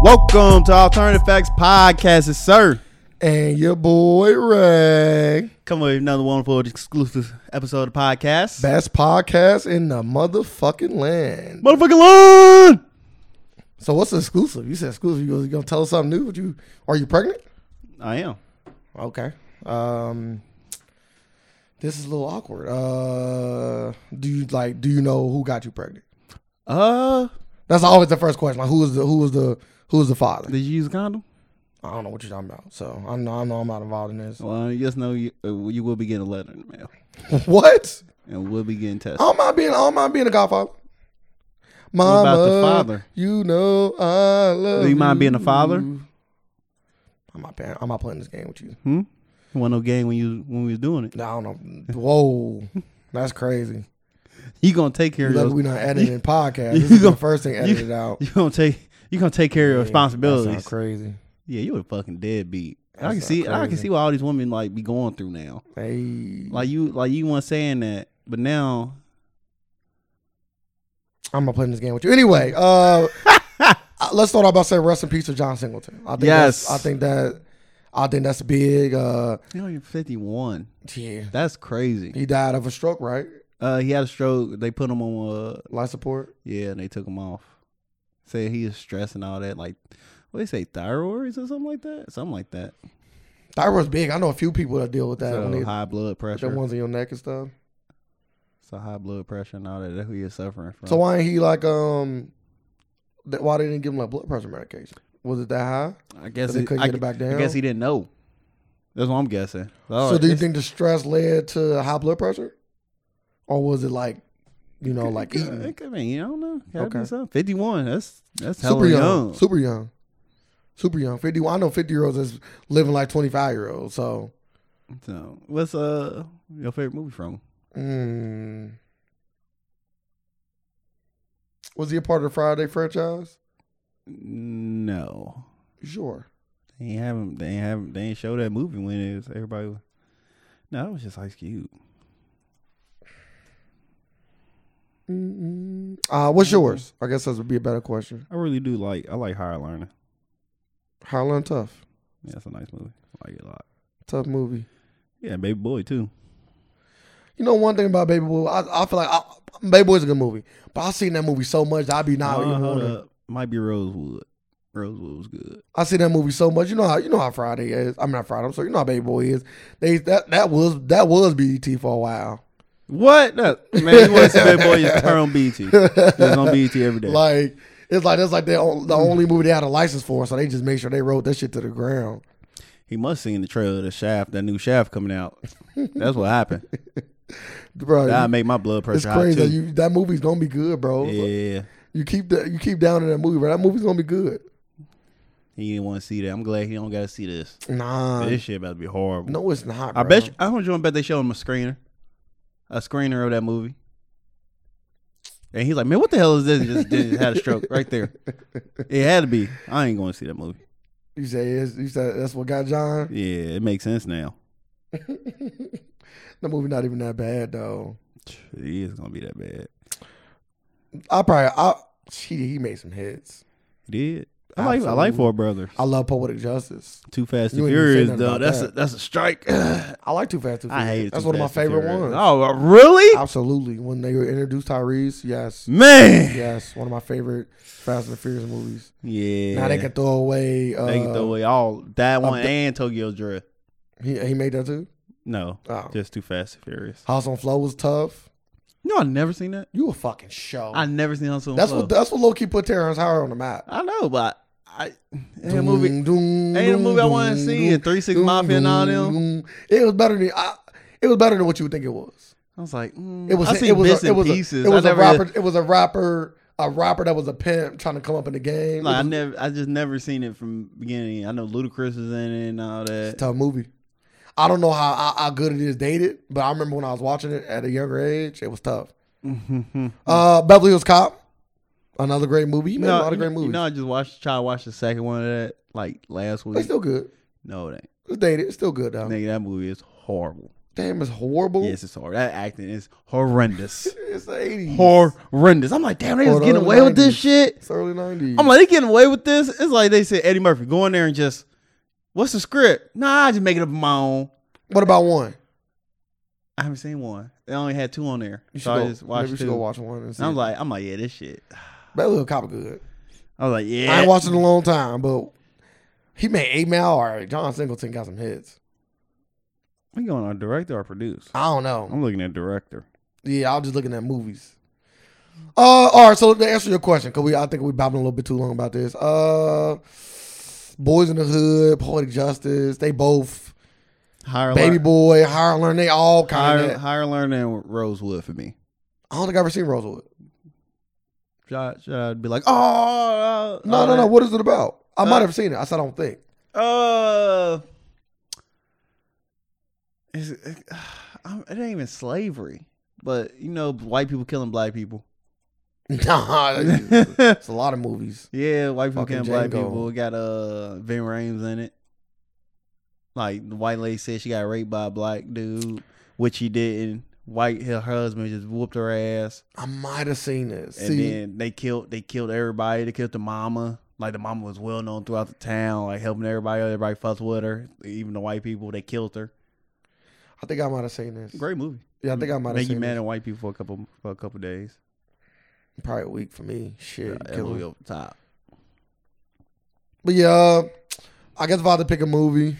Welcome to Alternative Facts Podcast, it's sir. And your boy Ray. Come with another wonderful exclusive episode of the podcast. Best podcast in the motherfucking land. Motherfucking line! So what's exclusive? You said exclusive. You gonna tell us something new? Would you are you pregnant? I am. Okay. Um this is a little awkward. Uh do you like do you know who got you pregnant? Uh, That's always the first question. Like who is the who is the who is the father? did you use a condom? I don't know what you're talking about. So I know I know I'm not involved in this. Well, yes, no, you, uh, you will be getting a letter in the mail. what? And we'll be getting tested. I'm not being I'm not being a godfather. about Mama, the father? You know I love Do you mind being a father? you. I'm not playing. I'm not playing this game with you. Hmm? You want no game when you when we was doing it. No, I don't know. Whoa, that's crazy. You gonna take care of Look, your, we not editing podcast. you This is go- the first thing edited out. you gonna take you gonna take care of your That sound responsibilities. crazy. Yeah, you a fucking deadbeat. I That can sound see I can crazy. see what all these women like be going through now. Hey, Like you like you weren't saying that, but now I'm not playing this game with you. Anyway, uh, uh, let's start out by saying rest in peace to John Singleton. I think Yes. that's, I think that. I think that's big. Uh, you know you're 51. yeah, That's crazy. he died of a stroke, right? Uh, he had a stroke. They put him on. Uh, Life support. yeah, and they took him off. Say he was stressed and all that. Like, what they say, thyroids or something like that. Something like that. Thyroid's big. I know a few people that deal with that. so when they, high blood the pressure. ones in your neck and stuff. so high blood pressure and all that. That's who you're suffering from. So why ain't he like um? That why they didn't give him like blood pressure medication? Was it that high? I guess so they it- couldn't I, get it back I down? guess he didn't know. That's what I'm guessing. so do you Oh, it's- think the stress led to high blood pressure, or was it like, you know, like it could- eating? It could be. You don't know. Gotta be Okay. something. 51. That's that's hella Super young. young, super young, super young. Fifty. I know fifty year olds is living like twenty five year olds. So, So what's uh your favorite movie from? him? mm, was he a part of the Friday franchise? No. Sure. They ain't haven't they ain't haven't they ain't show that movie when it was everybody was No, that was just Ice Cube. Mm-mm. Uh, what's yours? I guess that would be a better question. I really do like I like Higher Learning. Highland Tough, Yeah, it's a nice movie. I like it a lot. tough movie. Yeah, Baby Boy too. You know one thing about Baby Boy, I, I feel like I, Baby Boy's a good movie, but I've seen that movie so much that I be not Uh, even hold wanna- up. Might be Rosewood. Rosewood was good. I see that movie so much. You know how you know how Friday is. I'm not Friday. I'm sorry. You know how Baby Boy is. They that that was that was BET for a while. What? No, man, you want to see Baby Boy? Just turn on BT. It's on BT every day. Like it's like that's like the on- the only movie they had a license for, so they just make sure they wrote that shit to the ground. He must seen the trailer of the Shaft, that new Shaft coming out. That's what happened. Bro, That you- made my blood pressure it's high crazy. too. That, you, that movie's gonna be good, bro. yeah, You keep that you keep down in that movie, bro. That movie's gonna be good. he didn't want to see that. I'm glad he don't got to see this. Nah, This shit about to be horrible. no, it's not. I bro. bet you, I don't you bet they show him a screener, a screener of that movie. And he's like, "Man, what the hell is this?" And just, just had a stroke right there. It had to be. I ain't going to see that movie. You say it's, you say that's what got John. Yeah, it makes sense now. The movie not even that bad though. It is gonna be that bad. I probably I she he made some hits. It did. I like I like Absolutely. Four Brothers. I love Poetic Justice. Too Fast You and ain't even say Furious nothing though. about That's that. a that's a strike. I like Too Fast Too Furious. I hate it. That's Too one of my Fast and favorite Furious. ones. Oh, really? Absolutely. When they introduced Tyrese, yes, Man. Yeah. yes, one of my favorite Fast and Furious movies. yeah. Now they can throw away. Uh, They can throw away all that one I'm th- and Tokyo Drift. uh, He, he made that too. No, Oh. just Too Fast and Furious. House on Flow was tough. No, I never seen that. You a fucking show. I never seen Hustle. and that's Flow. what that's what low key put Terrence Howard on the map. I know, but I ain't a movie. Doom, Ain't a doom, movie I want to doom, see. And doom, Three Six doom, Mafia and all them. doom, doom. It was better than I, it was better than what you would think it was. I was like, mm, It was I it seen was bits a, it and was a- pieces. it was I a never, rapper. It was a rapper. A rapper that was a pimp trying to come up in the game. like, I it was never, I just never seen it from beginning. I know Ludacris is in it and all a that. tough movie. I don't know how, how how good it is dated, but I remember when I was watching it at a younger age, it was tough. Mm-hmm. Uh, Beverly Hills Cop, another great movie. He made a lot of great movies. You know, I just watched, tried to watch the second one of that like last it's week. still Oh. good. No, it ain't. It's dated. It's still good though. Nigga, that movie is horrible. Damn, it's horrible. Yes, it's hard. That acting is horrendous. It's the 80s. horrendous. I'm like, damn, they Or just the getting early away with this 90s. shit. It's early 90s. I'm like, they getting away with this. It's like they said Eddie Murphy, go in there and just, what's the script? Nah, I just make it up on my own. what about one? I haven't seen one. They only had two on there. You should, so go, I just watched maybe you two. should go watch one. And see. And I'm like, I'm like, yeah, this shit. that little cop good. I was like, yeah. I ain't watched it in a long time, but he made eight mile. All right, John Singleton got some hits. We going on director or produce? I don't know. I'm looking at director. Yeah, I was just looking at movies. Uh, all right. So to answer your question, cause we I think we babbling a little bit too long about this. Uh, Boys in the Hood, Poetic Justice, they both Higher Baby learn, Boy, Higher Learn, they all kind higher, of. higher learning and Rosewood for me. I don't think I've ever seen Rosewood. Should I, should I be like, oh, uh, No, all no, no. that? What is it about? I Uh, might have seen it. I said I don't think. Uh, is it, I'm- it ain't even slavery, but you know, white people killing black people. Nah, it's yeah, a lot of movies. white people killing Fucking black Django. people. It got uh Vin Rames in it. Like the white lady said, she got raped by a black dude, which he didn't. White her husband just whooped her ass, I might have seen this. and See, then they killed they killed everybody. They killed the mama. Like the mama was well known throughout the town, like helping everybody. Everybody fussed with her, even the white people. They killed her. I think I might have seen this. Great movie. Yeah, I think I might have Make you seen mad this. at white people for a couple for a couple days. Probably a week for me. Shit, That kill movie me. over the top. But yeah, I guess if I had to pick a movie,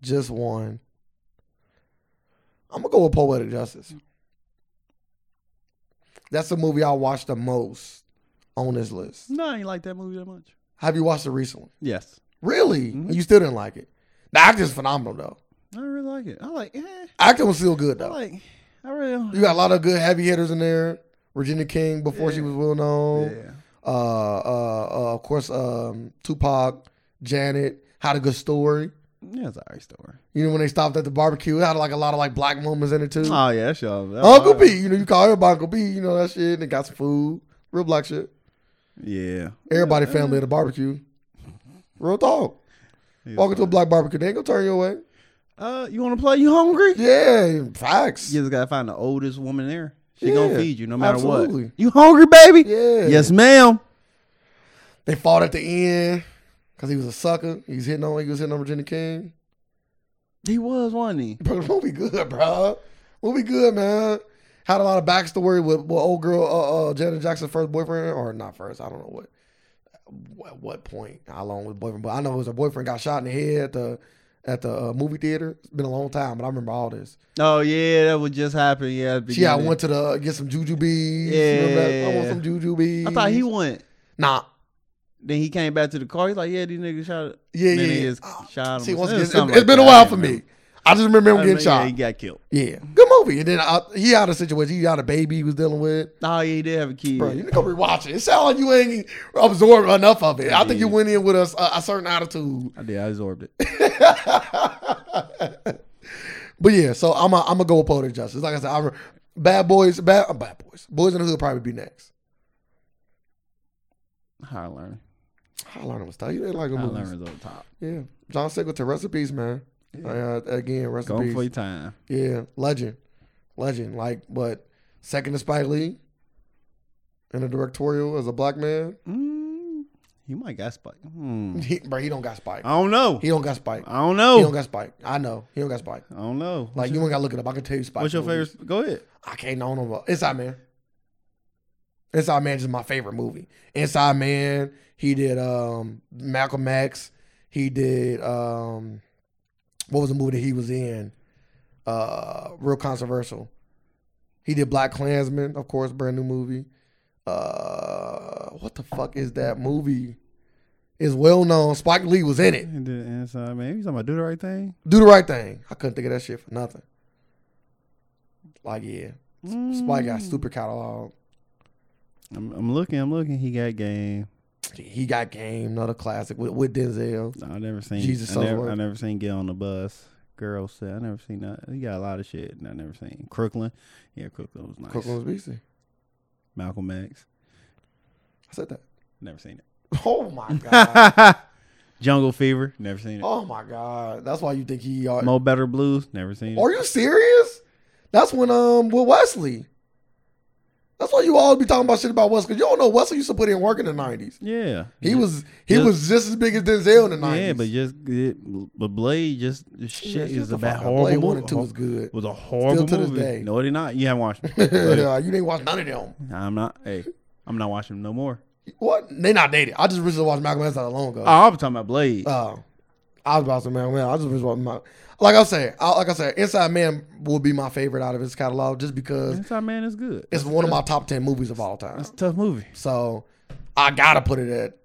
just one. I'm gonna go with Poetic Justice. That's the movie I watched the most on this list. No, I ain't like that movie that much. Have you watched the recent one? Yes, Really? Mhm. You still didn't like it? The acting's phenomenal though. I don't really like it. I like, eh, Acting was still good I though. like, I really don't. You got a lot of good heavy hitters in there. Virginia King before she Yeah. was well known. Yeah. Uh, uh, uh, of course, um, Tupac, Janet had a good story. yeah, it's an alright story. You know when they stopped at the barbecue, it had like a lot of like black moments in it too. Oh yeah, that's y'all. that's Mm. Uncle alright. B, you know you call everybody Uncle B, you know that shit. And they got some food, real black shit. Yeah, Everybody Yeah, family at a barbecue, real dog. he's Walking to a fine. black barbecue, they ain't gonna turn you away. Uh, you want to play? You hungry? Yeah, facts. You just gotta find the oldest woman there. She gonna Yeah, feed you no matter absolutely. what. You hungry, baby? Yeah. Yes, ma'am. They fought at the end because he was a sucker. He was hitting on, he was hitting on Virginia King. He was one. He Bro, the movie good, bro. Movie good, man. Had a lot of backstory with, with old girl uh, uh, Janet Jackson's first boyfriend, or not first. I don't know what. At what point? How long was boyfriend? But I know it was her boyfriend got shot in the head at the at the uh, movie theater. It's been a long time, but I remember all this. Oh yeah, that would just happen. Yeah, at the She, I beginning. went to the uh, get some jujubes. You remember that? I want Yeah. some jujubes. I thought he went. nah. Then he came back to the car. He's like, "Yeah, these niggas shot." Yeah, Then yeah. he yeah. Oh, just shot him. See, It once was again, something it, has like been a that. while I for remember. me. I just remember him I getting mean, shot. Yeah, he got killed. Yeah, good movie. And then I, he had a situation. He had a baby he was dealing with. Oh, yeah, he did have a kid. Bro, you need to go rewatch it. It sounds like you ain't absorbed enough of it. I think you Yeah. went in with a, s- a- a certain attitude. I did. I absorbed it. But yeah, so I'm a, I'm gonna go with Poetic Justice. Like I said, I, re- Bad Boys, Bad uh, Bad Boys, Boys in the Hood probably be next. High learning. I learned was tough. You didn't like the High movies. learning's on top. Yeah, John Singleton, recipes, man. Uh, again, Going for your recipes. time. Yeah, legend, legend. Like, but second to Spike Lee in a directorial as a black man. Mm, he might got spiked. Hmm. He, bro, he don't got Spike. I don't know. He don't got Spike. I don't He don't know. got Spike. I know. He don't got Spike. I don't know. Like you ain't gotta look it up. I can tell you Spike. What's your movies. favorite? Go ahead. I can't know no more. Inside Man. Inside Man is my favorite movie. Inside Man. He did um Malcolm X. He did um what was the movie that he was in? Uh real controversial. He did Black Klansman, of course, brand new movie. Uh what the fuck is that movie? It's well known. Spike Lee was in it. And then inside man, you talking about do the right thing? Do the right thing. I couldn't think of that shit for nothing. Like yeah, Spike got Mm. stupid catalog. I'm, I'm looking. I'm looking. He got game. He got game, another classic with, with Denzel. I never seen. Jesus I never, Soloworth. I never seen get on the bus. Girl said I never seen that. He got a lot of shit. I never seen Crooklyn. Yeah, Crooklyn was nice. Cook was BC. Malcolm X. I said that. Never seen it. Oh my god. I Jungle Fever, never seen it. Oh my god, that's why you think he. Are, Mo Better Blues, never seen it. are you serious? That's when um with Wesley. That's why you always be talking about shit about Wesley. 'cause You don't know Wesley used to put in work in the nineties. Yeah, He was he Yeah. was just as big as Denzel in the nineties. Yeah, but just it, but Blade just this shit is a bad horrible Blade one movie. and two was good. was a horrible to this movie. day. No, it is not. You haven't watched. it. yeah, you didn't watch none of them. I'm not. Hey, I'm not watching them no more. What? They not dated. I just recently watched Malcolm X not that long ago. Oh, I was talking about Blade. Uh, I was about to say, man, man, I just was about my, like I said, I, like I said, Inside Man will be my favorite out of his catalog just because Inside Man is good. it's one of my top ten movies of all time. It's a tough movie. So I gotta put it at,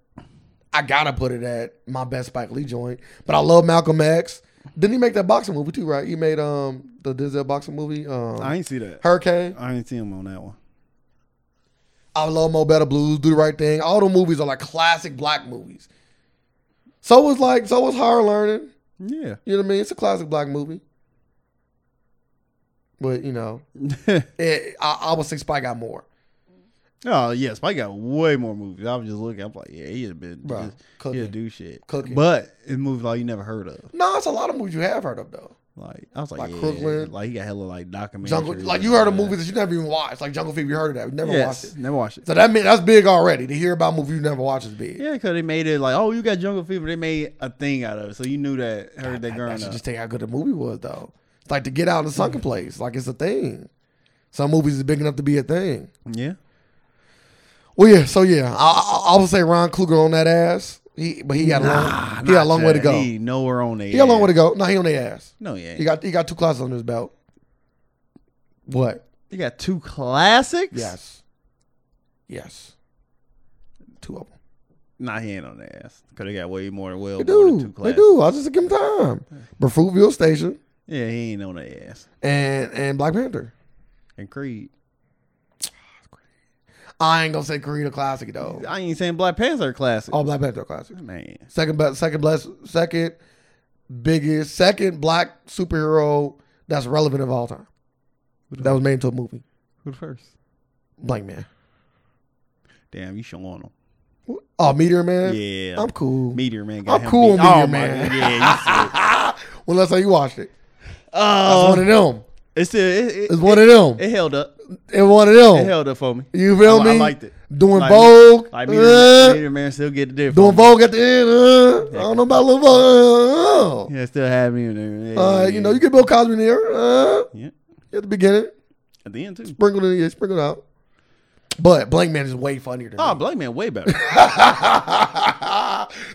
I gotta put it at my best Spike Lee joint. But I love Malcolm X. Didn't he make that boxing movie too? Right? He made um the Denzel boxing movie, um, I ain't see that. Hurricane. I ain't seen him on that one. I love Mo Better Blues, Do the Right Thing. All the movies are like classic black movies. So was like, so was Higher Learning. Yeah. You know what I mean? It's a classic black movie. But you know, it, I, I would say Spy got more. oh yeah, Spike got way more movies. I was just looking. I'm like, yeah, he had been. Bruh, just- cooking. He'll do shit. Cooking. But it's movies like you never heard of. No, it's a lot of movies you have heard of though. Like I was like, Like yeah, Crooklyn. Like he got hella like documentaries. Jungle, like you heard of Yeah. movies that you never even watched, like Jungle Fever. You heard of that? You never Yes, watched it. never watched it. So that mean that's big already. To hear about movies you never watched is big. Yeah, because they made it like, oh, you got jungle fever. They made a thing out of it, so you knew that. Heard that growing That should up. Hmm. just tell you how good the movie was though. It's like to get out of the sunken place. Like it's a thing. Some movies is big enough to be a thing. yeah, Well, yeah. So yeah, I, I, I would say Ron Kluger on that ass. He, but he got a long, he got a long way to go. He nowhere on there. He got a long way to go. No, he on their ass. No, yeah. He got he got two classes on his belt. What? You got two classics. Yes. Yes. Two of them. Nah, he ain't on that ass because they got way more well They more than two do. They classics. do. I just give him time. But Fruitville Station Yeah, he ain't on that ass. and and Black Panther. And Creed. I ain't gonna say Creed a classic though. I ain't saying Black Panther classic. All Black Panther classics. man, Second best. Second best. Second biggest. Second black superhero that's relevant of all time. That was made into a movie. who the first? Blank man. Damn, you showing him? Oh, Meteor Man. Yeah, I'm cool. Meteor Man. Got I'm him cool, beat. Oh, my Meteor Man. God, Yeah, you see it. when last time you watched it? That's Oh, one of them. it's still it, It's Oh. it, one of them. it held up. And one of It them. held up for me. You feel I- me? I liked it. Doing Like, Vogue. Like Meteor, uh, Meteor Man still get the difference. doing Vogue at the end. Uh, I don't know about Lil Vogue. Uh, Yeah, still had me in there. Yeah, uh, yeah, you know, you get Bill Cosby in there uh, yeah. at the beginning. At the end too. Sprinkled in, yeah, sprinkled out. But Blank Man is way funnier than Oh, me. Black Man way better.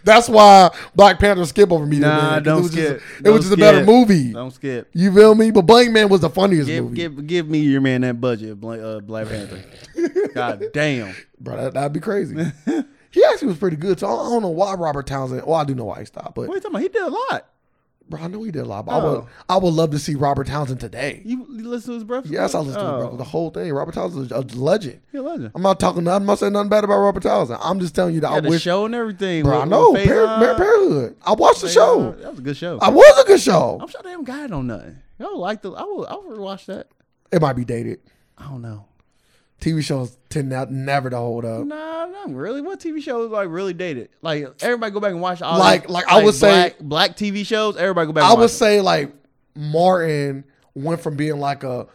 That's why Black Panther skip over me. Nah, man, 'cause don't it was just- skip. it was Don't just a better skip. movie. Don't skip. You feel me? But Blank Man was the funniest Give movie. give give me your man that budget, Black, uh, Black Panther. God damn. Bro, that, that'd be crazy. he actually was pretty good. So I don't, I don't know why Robert Townsend. Well, I do know why he stopped, but What are you talking about? He did a lot. bro, I know he did a lot. But I would, Oh. I would love to see Robert Townsend today. You, you listen to his breath? Yes, I listened to him, Oh. bro, the whole thing. Robert Townsend is a legend. He a legend. I'm not talking. I'm not saying nothing bad about Robert Townsend. I'm just telling you that He had I a wish. show and everything. Bro, with- I with know. Faison. Par- Par- Parenthood. I watched the Faison. show. That was a good show. I was a good show. I'm sure they haven't got it on nothing. Y'all like the I would I would watch that. It might be dated. I don't know. TV shows tend not never to hold up. Nah, not really. What TV show is like really dated? Like everybody go back and watch all Like- these, like, I would say- black, black TV shows. Everybody go back. And I watch would them. say like Martin went from being like a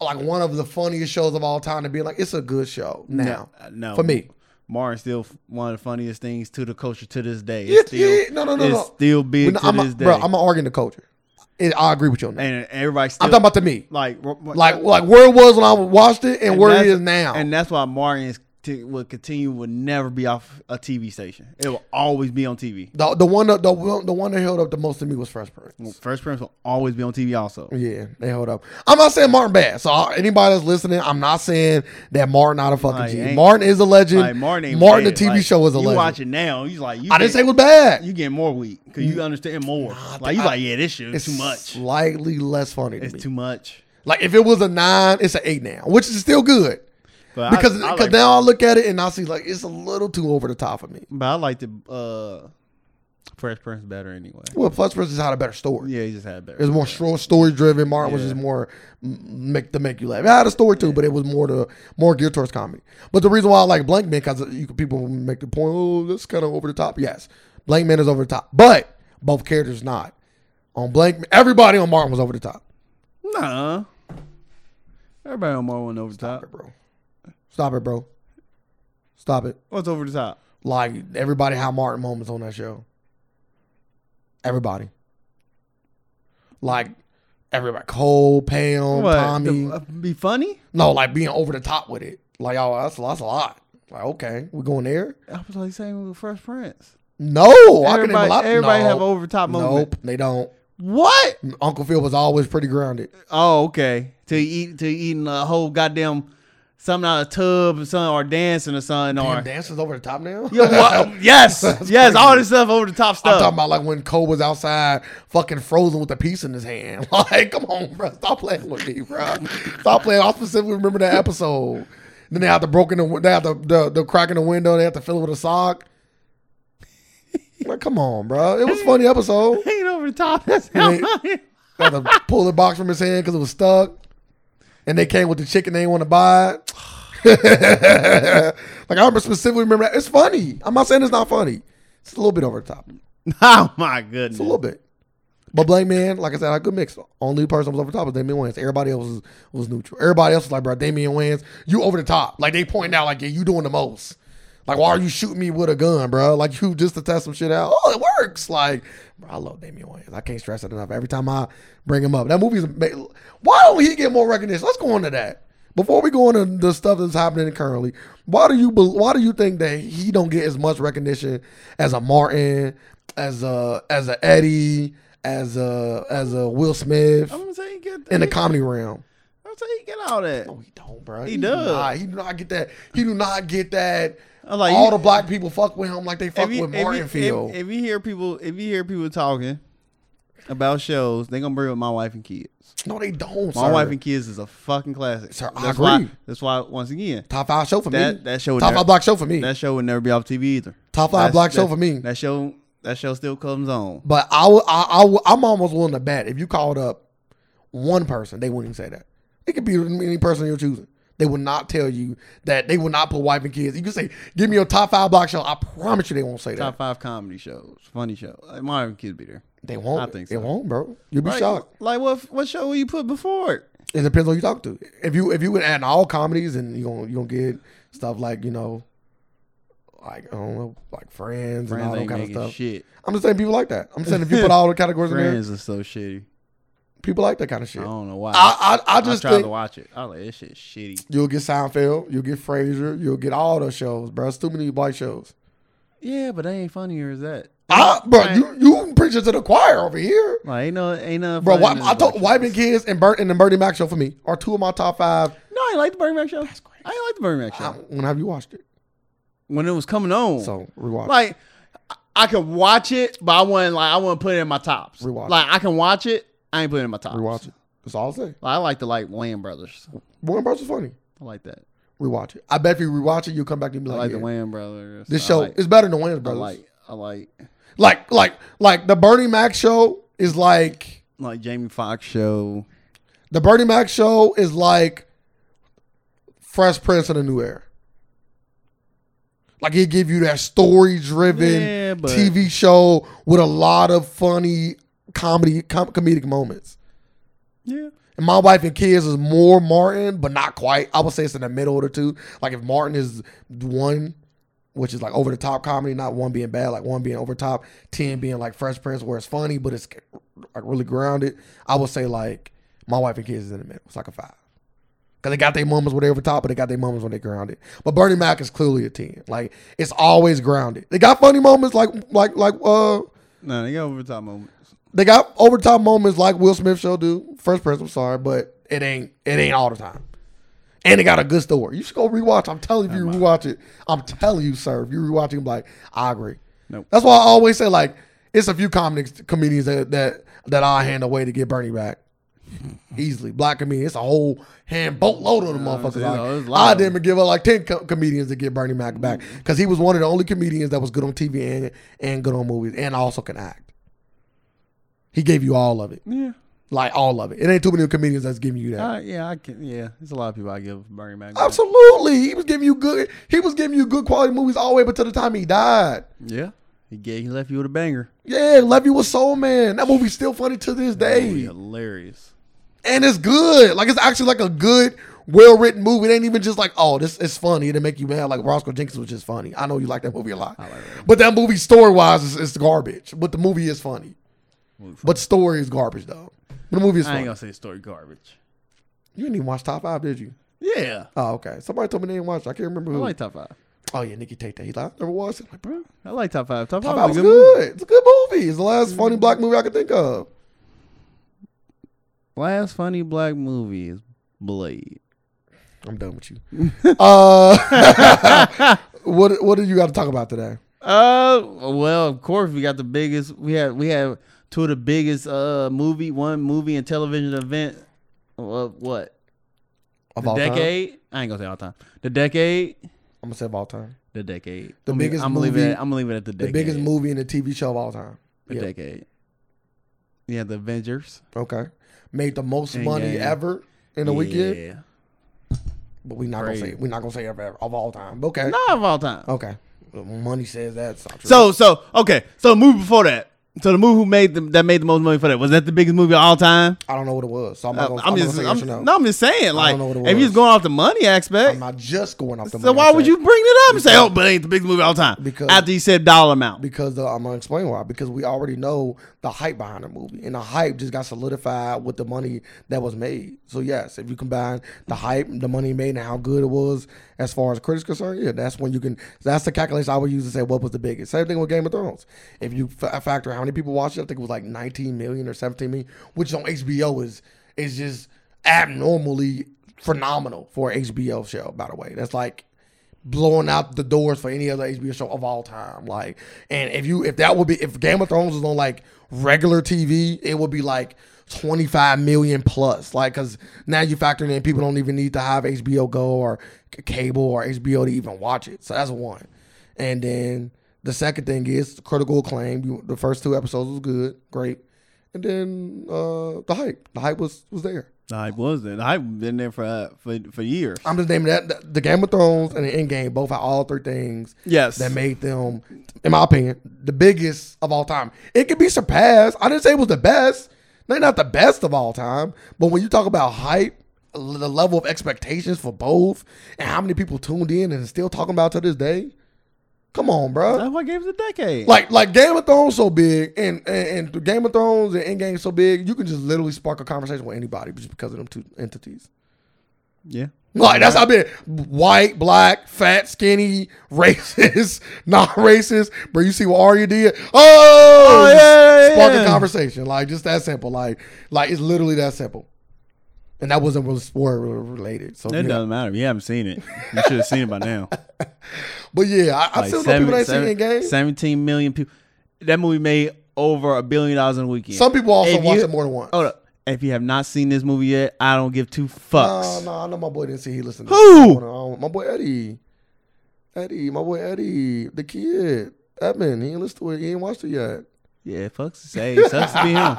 like one of the funniest shows of all time to being like it's a good show now. Uh, no For me. Martin still f- one of the funniest things to the culture to this day. Yeah, It's still, yeah, no, no, no, it's no. still big When to I'm this a, day. bro, I'm arguing the culture. It, I agree with you on that. and everybody still I'm talking about to me, like r- r- like like where it was when I watched it and, and where it that's- is now. And that's why Martin is t- will continue will never be off a TV station. It will always be on TV. the the one that, the one- the one that held up the most to me was Fresh Prince. First Prince will always be on TV. Also, Yeah, they held up. I'm not saying Martin bad. So I- anybody that's listening, I'm not saying that Martin not a fucking Like, G. ain't- Martin is a legend. like Martin, ain't Martin the dead. TV Like, show is a you legend. watch it now. He's like, you I didn't get- say it was bad. you get more weak because you understand more. like you I- like, yeah, this shit is too much. Slightly less funny to me. It's too much. like if it was a nine, it's an eight now, which is still good. But I- Because I because like- now I look at it and I see like it's a little too over the top for me. But I like the uh, Fresh Prince better anyway. Well, Plus Prince just had a better story. Yeah, he just had better. It was more short story driven. Martin was Yeah. just more m- make to make you laugh. It had a story too, but it was more to more geared uh, towards comedy. But the reason why I like Blank Man because you can- people make the point, oh, that's kind of over the top. Yes, Blank Man is over the top, but both characters not. On Blank, everybody on Martin was over the top, Nah. Everybody on Marvel went over the top. bro. Stop it, bro. Stop it. What's over the top? Like everybody had Martin moments on that show. Everybody. Like everybody, Cole, Pam, What? Tommy. The- uh, be funny? no, like being over the top with it. Like, oh, that's, that's a lot. Like, okay, we going there? I was like saying with Fresh Prince. No, I can name a Everybody, lot. everybody no. have over the top moment. Nope, they don't. What? Uncle Phil was always pretty grounded. Oh, okay. To eat, to eating a whole goddamn something out of a tub or something, or dancing or something, or Damn, dancers over the top now. Yo, what? yes, yes, crazy. all this stuff over the top I'm stuff. talking about like when Cole was outside, fucking frozen with a piece in his hand. Like, come on, bro, stop playing with me, bro. Stop playing. I specifically remember that episode. Then they have the broken, the, they have the, the the crack in the window. They have to fill it with a sock. Like, come on, bro. It was a funny episode. ain't over the top. That's They- They had to pull the box from his hand because it was stuck. And they came with the chicken they didn't want to buy. it. like I remember specifically remember that. It's funny. I'm not saying it's not funny. It's a little bit over the top. oh my goodness. It's a little bit. But Blank Man, like I said, I could mix. Only person was over the top was Damian Wayans. Everybody else was, was neutral. Everybody else was like, bro, Damian Wayans, you over the top. Like they pointing out, like, yeah, you doing the most. Like, why are you shooting me with a gun, bro? Like you just to test some shit out. Oh, it works. Like, bro, I love Damian Wayans. I can't stress it enough. Every time I bring him up, that movie's. ama- Why don't he get more recognition? Let's go into that. Before we go into the stuff that's happening currently, why do you bel- why do you think that he don't get as much recognition as a Martin, as a as a Eddie, as a as a Will Smith I'm gonna say you get in the he- comedy realm? I'm gonna say you get all that. No, Oh, he don't, bro. He do does. not. he do not get that. He do not get that. I'm like, all you- the black people fuck with him like they fuck If you, with if, you, Martin if- Field. if you hear people, if you hear people talking about shows, they gonna bring up my wife and kids. no, they don't. My sir. wife and kids is a fucking classic. Sir, I that's Why, agree. that's why once again, top five show for me. That- that show would top never- five black show for me. that show would never be off TV either. Top five That's- black show that- for me. That show, that show still comes on. But I, would- I, I, would- I'm almost willing to bet if you called up one person, they wouldn't say that. It could be any person you're choosing. They would not tell you that. They would not put wife and kids. You can say, "Give me your top five black show." I promise you, they won't say Top that. five comedy shows, funny show. Like, my wife and kids be there. They won't. I think so. They won't, bro. You'll be Like, shocked. Like what? What show will you put before it? It depends on who you talk to. If you if you would add all comedies and you gonna you gonna get stuff like you know, like I don't know, like Friends, and all Friends that ain't kind of making stuff. shit. I'm just saying people like that. I'm saying if you put all the categories in there, Friends is so shitty. people like that kind of shit. I I don't know why. I, I I just tried think to watch it. I was like, this shit's shitty. you'll get Seinfeld, you'll get Frasier, you'll get all those shows, bro. It's too many white shows. Yeah, but they ain't funnier as that. I, bro, Right. you you preaching to the choir over here. Like ain't no ain't no. Bro, why, I told Wife and Kids and Bert and the Bernie Mac show for me are two of my top five. No, I ain't like the Burning Man show. That's great. I ain't like the Burning Man show I, when have you watched it? when it was coming on. So rewatch. like I- I could watch it, but I wouldn't like I wouldn't put it in my tops. Rewatch Like I can watch it, I ain't putting it in my tops. rewatch it. That's all I say. Like, I like the like Wayne Brothers. Warren Bros is funny. I like that. Rewatch it. I bet if you rewatch it, you'll come back and be I like, like the yeah, Wayne Brothers. this I show like, is better than Wayne's I Brothers. Like, like I like like, like, the Bernie Mac show is like like Jamie Foxx show. the Bernie Mac show is like Fresh Prince in a New Era. Like it give you that story driven Yeah, but- TV show with a lot of funny comedy com- comedic moments. Yeah. And my wife and kids is more Martin, but not quite. I would say it's in the middle of the two. Like if Martin is one, which is like over the top comedy, not one being bad, like one being over top, ten being like Fresh Prince, where it's funny but it's like really grounded. I would say like my wife and kids is in the middle. It's like a five. Cause they got their moments when they over top, but they got their moments when they grounded. But Bernie Mac is clearly a ten. Like it's always grounded. They got funny moments like like like uh No, they got over the top moments. they got overtime moments like Will Smith show do. First person, I'm sorry, but it ain't it ain't all the time. And it got a good story. You should go rewatch. I'm telling you, if you rewatch it. I'm telling you, sir. If you rewatch it, I'm like, I agree. Nope. That's why I always say like it's a few comics comedians that that that I hand away to get Bernie back. Easily, black comedians. It's a whole hand boatload of the I'm motherfuckers. saying, no, it's Like, a lot I of them. Mm-hmm. didn't give up like ten co- comedians to get Bernie Mac back because he was one of the only comedians that was good on TV and and good on movies and also can act. He gave you all of it, Yeah. like all of it. It ain't too many comedians that's giving you that. I, yeah, I can yeah. There's a lot of people I give Burning Man. back. Absolutely, he was giving you good. He was giving you good quality movies all the way up to the time he died. Yeah. He gave, he left you with a banger. Yeah, Love You with Soul Man. That movie's still funny to Oh, this day. hilarious. and it's good. Like it's actually like a good, well written movie. It ain't even just like, oh, this is funny. It'll make you mad. Like Roscoe Jenkins was just funny. I know you like that movie a lot, but that movie story wise is, is garbage. But the movie is funny. Movie funny. But story is garbage though. But the movie is I ain't funny. gonna say story garbage. You didn't even watch Top Five, did you? Yeah, Oh, okay. Somebody told me they didn't watch. It. I can't remember I who. like top five, oh yeah, Nikki Tate. That he like, I never watched it. I'm like, bro, I like top five. Top, Top five Five was was a good. movie. good. Oh, It's a good movie. It's the last funny black movie I could think of. Last funny black movie is Blade. I'm done with you. uh, what what do you got to talk about today? Uh, well, of course we got the biggest. We had we had two of the biggest uh movie one movie and television event. Of what Of the all time? decade? I ain't gonna say all time. The decade. I'm gonna say of all time. The decade. The I'm, biggest I'm Leave movie- it at, I'm gonna leave it at the The decade. biggest movie and a TV show of all time. The Yeah. decade. Yeah, the Avengers Okay. Made the most Endgame. money ever in a weekend. Yeah. But we not gonna Crazy. say we're not gonna say ever, ever of all time. But Okay. Not of all time. Okay. Well, Money says that's not true. So so okay. So the movie before that. So the movie who made the, that made the most money for that was that the biggest movie of all time. I don't know what it was. So I'm Uh, not gonna, I'm, I'm just gonna say I'm, yes or no. no. I'm just saying like know what it if you're was. going off the money aspect. I'm not just going off the so money why would aspect. you bring it up and say, "Oh, but it ain't the biggest movie of all time"? Because- after you said dollar amount, Because the, I'm gonna explain why. Because we already know the hype behind the movie, and the hype just got solidified with the money that was made. So yes, if you combine the hype, the money made, and how good it was as far as critics concerned, yeah, that's when you can. That's the calculation I would use to say what was the biggest. Same thing with Game of Thrones. If you f- factor how many people watched it, I think it was like 19 million or 17 million, which on HBO is is just abnormally phenomenal for an HBO show. By the way, that's like blowing out the doors for any other HBO show of all time. Like, and if you if that would be if Game of Thrones was on like regular TV, it would be like 25 million plus. Like, cause now you factor in people don't even need to have HBO Go or c- cable or HBO to even watch it. So that's one. And then the second thing is critical acclaim. You, the first two episodes was good, great. And then uh the hype. The hype was was there. the hype was there. The hype been there for uh, for for years. I'm just naming that the- the Game of Thrones and the Endgame both had all three things Yes, that made them, in my opinion, the biggest of all time. It could be surpassed. I didn't say it was the best. They're not the best of all time. But when you talk about hype, l- the level of expectations for both, and how many people tuned in and still talking about to this day, come on, bro. that's why I gave it a decade. Like like Game of Thrones so big, and and, and Game of Thrones and Endgame so big, you can just literally spark a conversation with anybody just because of them two entities. yeah, Like that's how big. White, black, fat, skinny, racist, not racist. But you see what Arya did? Oh, yeah, yeah, yeah, spark yeah. a conversation. Like just that simple. Like like it's literally that simple. And that wasn't really sport related. So it you know. doesn't matter. If you haven't seen it, you should have seen it by now. but yeah, I, I Like still know seven- people ain't seven- seen game. 17 million people. That movie made over a billion dollars in a weekend. Some people also If watch you- it more than once. Hold up. If you have not seen this movie yet, I don't give two no, fucks. no, I know my boy didn't see. He listened. to Who? this. I don't- My boy Eddie, Eddie, my boy Eddie, the kid, that man. He ain't listened to it. He ain't watched it yet. Yeah, fucks to say. Sucks to be him.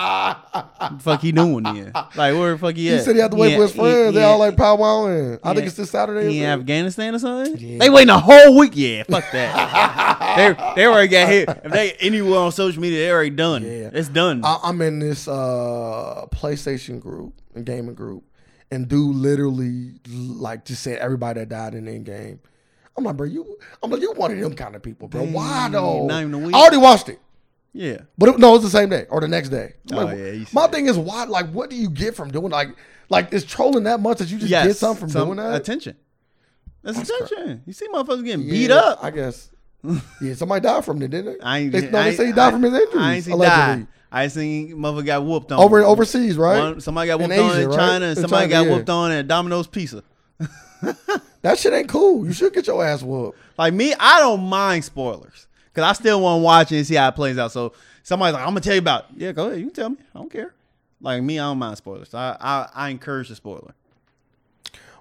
fuck he doing then? Like, where the fuck he at? He said he had to wait in- for his friends. he- they all like powwowing. I think yeah. it's this Saturday. he in isn't it? Afghanistan or something? Yeah. They waiting a whole week. Yeah, fuck that. they they already got hit. If they anywhere on social media, they already done. Yeah. It's done. I, I'm in this uh, PlayStation group and gaming group, and dude literally like just said everybody that died in the end game. I'm like, bro, you. I'm like, you one of them kind of people, bro. Why Dang, though? not even a week. I already watched it. yeah. But it, no, it's the same day or the next day. I'm Oh, like, yeah, you my said. thing is why? Like, what do you get from doing like, like is trolling that much that you just Yes. get something from doing that? Attention. That's, attention. You see motherfuckers getting Yeah, beat up. I guess. Yeah, somebody died from it, didn't they? I ain't. They, no, I they ain't- say he died from his injuries. I ain't seen allegedly. die. I seen mother got whooped on Over overseas, right? One- somebody got In whooped on Asia, in right? China, In and somebody China, got yeah. whooped on at Domino's Pizza. That shit ain't cool. You should get your ass whooped. Like me, I don't mind spoilers because I still want to watch it and see how it plays out. So somebody's like, "I'm gonna tell you about." It. Yeah, go ahead. You can tell me. I don't care. Like me, I don't mind spoilers. I I, I encourage the spoiler.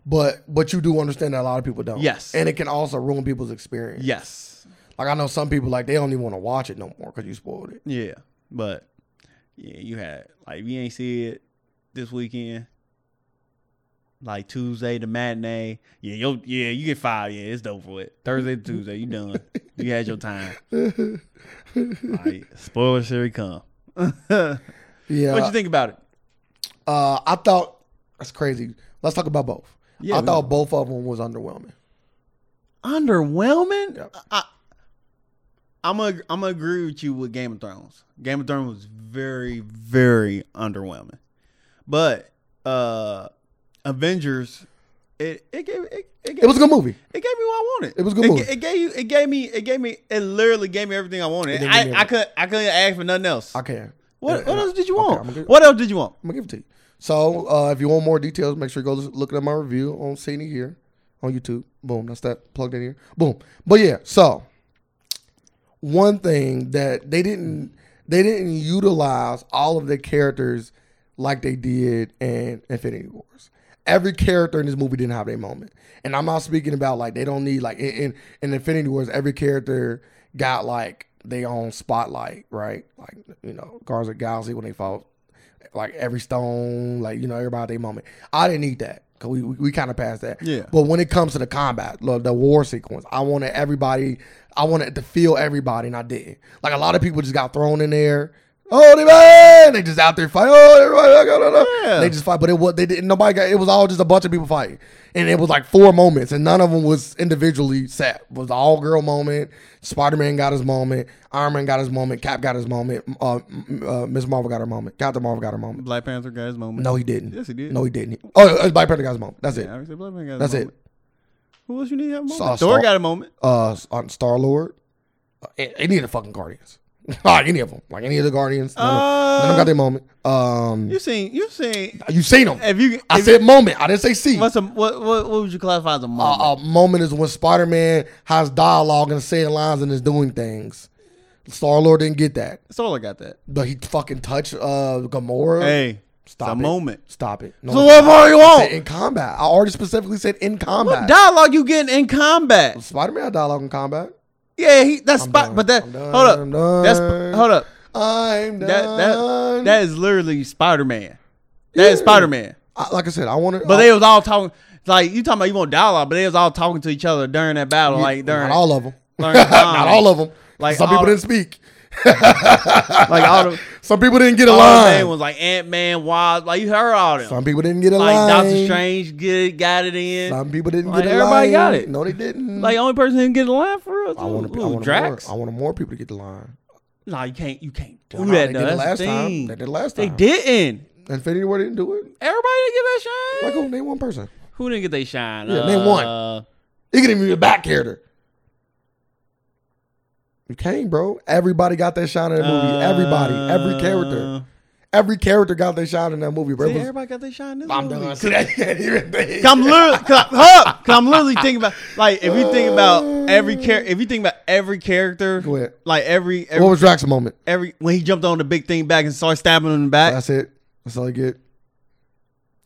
But but you do understand that a lot of people don't. Yes. And it can also ruin people's experience. Yes. Like I know some people like they don't even want to watch it no more because you spoiled it. Yeah. But yeah, you had like if you ain't see it this weekend. Like Tuesday the matinee. Yeah, yo yeah, you get five. Yeah, it's over with. Thursday to Tuesday, you done. you had your time. Like, spoiler here come. what yeah. you think about it? Uh, I thought that's crazy. Let's talk about both. Yeah, I we- thought both of them was underwhelming. Underwhelming? Yep. I, I'm a, I'm gonna agree with you with Game of Thrones. Game of Thrones was very very underwhelming, but uh Avengers, it it gave it, it, gave, It was a good movgie. It gave me what I wanted. It was a good It, movie. it gave you. It gave me. It gave me. It literally gave me everything I wanted. didn't give me I, I everything. could. I couldn't ask for nothing else. I can. what And- What and- else did you okay, want? I'm gonna, what else did you want? I'm gonna give it to you. So uh, if you want more details, make sure you go look at my review on Cine here on YouTube. Boom, that's that plugged in here. Boom. But yeah, so one thing that they didn't they didn't utilize all of the characters like they did in Infinity Wars. Every character in this movie didn't have their moment, and I'm not speaking about like they don't need like in in, in Infinity Wars. Every character got like their own spotlight, right? Like you know, Guardians of the Galaxy when they fought, like every stone, like you know, everybody had their moment. I didn't need that because we we, we kind of passed that. Yeah. But when it comes to the combat, lo- the war sequence, I wanted everybody, I wanted to feel everybody, and I didn't. Like a lot of people just got thrown in there. Oh, they man, they just out there fighting. Oh, everybody, blah, blah, blah. Yeah. they just fight. But it was they didn't. Nobody got. It was all just a bunch of people fighting, and it was like four moments, and none of them was individually set. It was the all girl moment. Spider Man got his moment. Iron Man got his moment. Cap got his moment. Uh, m- uh, Miss Marvel got her moment. Captain Marvel got her moment. Black Panther got his moment. No, he didn't. Yes, he did. No, he didn't. Oh, uh, Black Panther got his moment. That's it. Yeah, obviously Black Panther got his That's moment. it. Who else you need to have a moment? Saw- Thor saw- got a moment. uh on Star Lord, uh, any of the fucking Guardians, Alright, any of them, like any of the Guardians, none, of, none of them got their moment. Um, Uh, You seen? You seen? you seen them? If you, I Uh, if- said moment. I didn't say see. what's a, what, what what would you classify as a moment? A, a moment is when Spider Man has dialogue and saying lines and is doing things. Star Lord didn't get that, Solar got that. but he fucking touched uh Gamora. Hey, stop it's a it. moment. Stop it. No, So what more you I said want? in combat. I already specifically said in What combat. dialogue you getting in combat? Spider Man had dialogue in combat. Yeah, he that's spot, done. but that I'm hold done. up, I'm done. that's hold up. I'm done. That that that is literally Spider Man. That is Yeah. Oh. Spider Man. I, like I said, I want to. But they was all talking like you talking about you want dialogue, but they was all talking to each other during that battle, like during not all of them. during not um, all of them. like Like some people all- didn't speak. like all the Some people didn't get a all the main line. ones like Ant Man, Wild, like you heard all them. Some people didn't get a like line. Doctor Strange get got it in. Some people didn't Like, get a everybody line. got it. No, they didn't. like only person who can get a line for real. I want to. I Ooh, want Drax. more. I want more people to get the line. Nah, you can't. You can't do Nah, that. they though. did it That's last the time. thing. They did it last They time. didn't. Infinity War didn't do it. Everybody didn't get that shine. Like, oh, name one person. Who didn't get their shine? Yeah, name one. Uh, You can even be a back character. You can't, bro. Everybody got that shine in that movie. Everybody, every character, every character got their shine in that movie. Bro. Uh. See, It was- everybody got their shine. in This I'm movie. done. See, that can't even be. Cause I'm literally, cause I'm, huh, 'Cause I'm literally thinking about like if you think about every character, if you think about every character, Go ahead. like every What every, was Drax's moment? every when he jumped on the big thing back and started stabbing him in the back. That's it. That's all you get.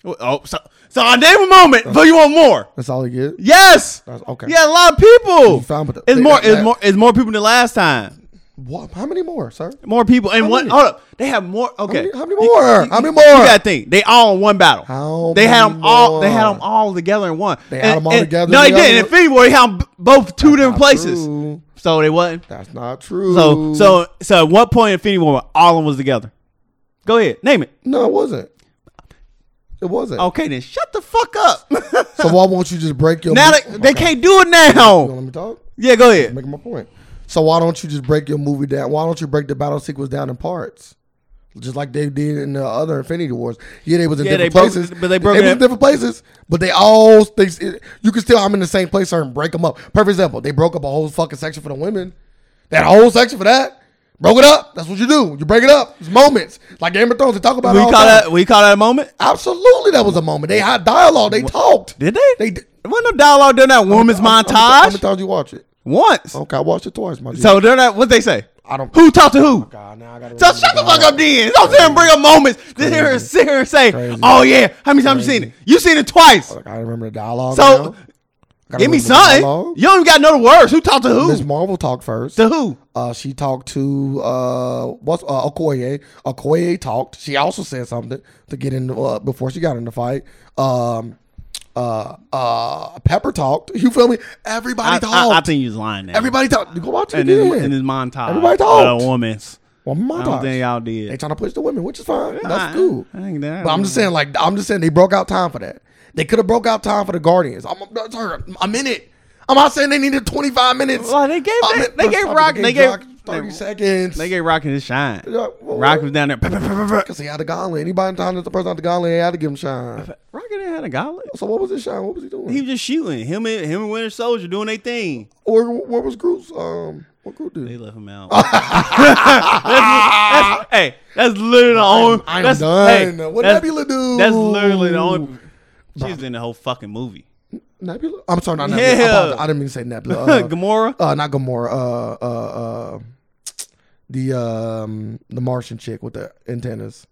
Oh, so so I name a moment, but you want more? That's all you get. Yes, That's okay. yeah, a lot of You people. found with the- It's more, that- it's more, it's more people than last time. What? How many more, sir? More people and one. many? Hold up, they have more. Okay, many- how many more? How many more? You got to think. They all in one battle. How they had many them all. They had more? them all together in one. They And- had 'em all and- together No, in they the didn't. In other Infinity War, they had 'em b- both two different Not places, true. so they wasn't. That's not true. So, so, so at what point in Infinity War, all of them was together? Go ahead, name it. no, it wasn't. It wasn't. Okay, then shut the fuck up. So why won't you just break your? now mo- they, Oh my they God. can't do it You gonna now. let me talk. Yeah, go ahead. Making my point. So why don't you just break your movie down? Why don't you break the battle sequence down in parts? Just like they did in the other Infinity Wars. Yeah, they was in Yeah, they broke- different places, but they broke They it was up. in different places, but they all they. it- You can still. I'm in the same place, sir, and break them up. Perfect example. They broke up a whole fucking section for the women. That whole section for that. Broke it up. That's what you do. You break it up. It's moments like Game of Thrones. They talk about. We it all call the time. that. We call that a moment. Absolutely, that was a moment. They had dialogue. They talked. Did they? They did. There wasn't no dialogue during that woman's How many montage times you watch it? once. Okay, I watched it twice, my dude. So they're not. What they say? I don't. Who talked to who? Oh, God, ah, now I gotta So remember shut the dialogue. fuck up then. Don't sit here and bring up moments. Then here and sit here and say, Crazy. Oh, oh yeah, how many times you seen it? You seen it twice. Like, I remember the dialogue. So, Give me something. You don't even got to know the words. Who talked to who? Miss Marvel talked first. to who? Uh, she talked to uh, what's uh, Okoye. Okoye talked. She also said something to get in uh, before she got in the fight. Um, uh, uh, Pepper talked. You feel me? Everybody I, talked. I, I think he's lying now. Everybody talked. Go watch it and again. his, and his montage. Everybody talked. Uh, women's. Well, I don't think montage. y'all They did. trying to push the women, which is fine. I- That's cool. I ain't that. But I'm just saying, like, I'm just saying they broke out time for that. They could have broke out time for the Guardians. I'm I'm sorry, a minute. I'm not saying they needed 25 minutes. Well, they gave A they, minute- they gave Stop it. Rock they gave 30 they, seconds. they gave Rock his shine. Yeah, well, Rock was down there. Rock Cause he had a gauntlet. Anybody down at the person at the gauntlet, they had to give him shine. didn't have a gauntlet. So what was his shine? What was he doing? He was just shooting. Him and him and Winter Soldier doing their thing. or what was Groot's? Um, what Groot did? They left him out. that's, that's- hey, that's literally the only. I'm that's, done. hey, what that's, Nebula do? that's literally the only. She was in the whole fucking movie. Nebula. I'm sorry, not Nebula. I, Yeah. apologize. I didn't mean to say Nebula. Uh, Gamora. uh, not Gamora. Uh, uh, uh, the um, the Martian chick with the antennas.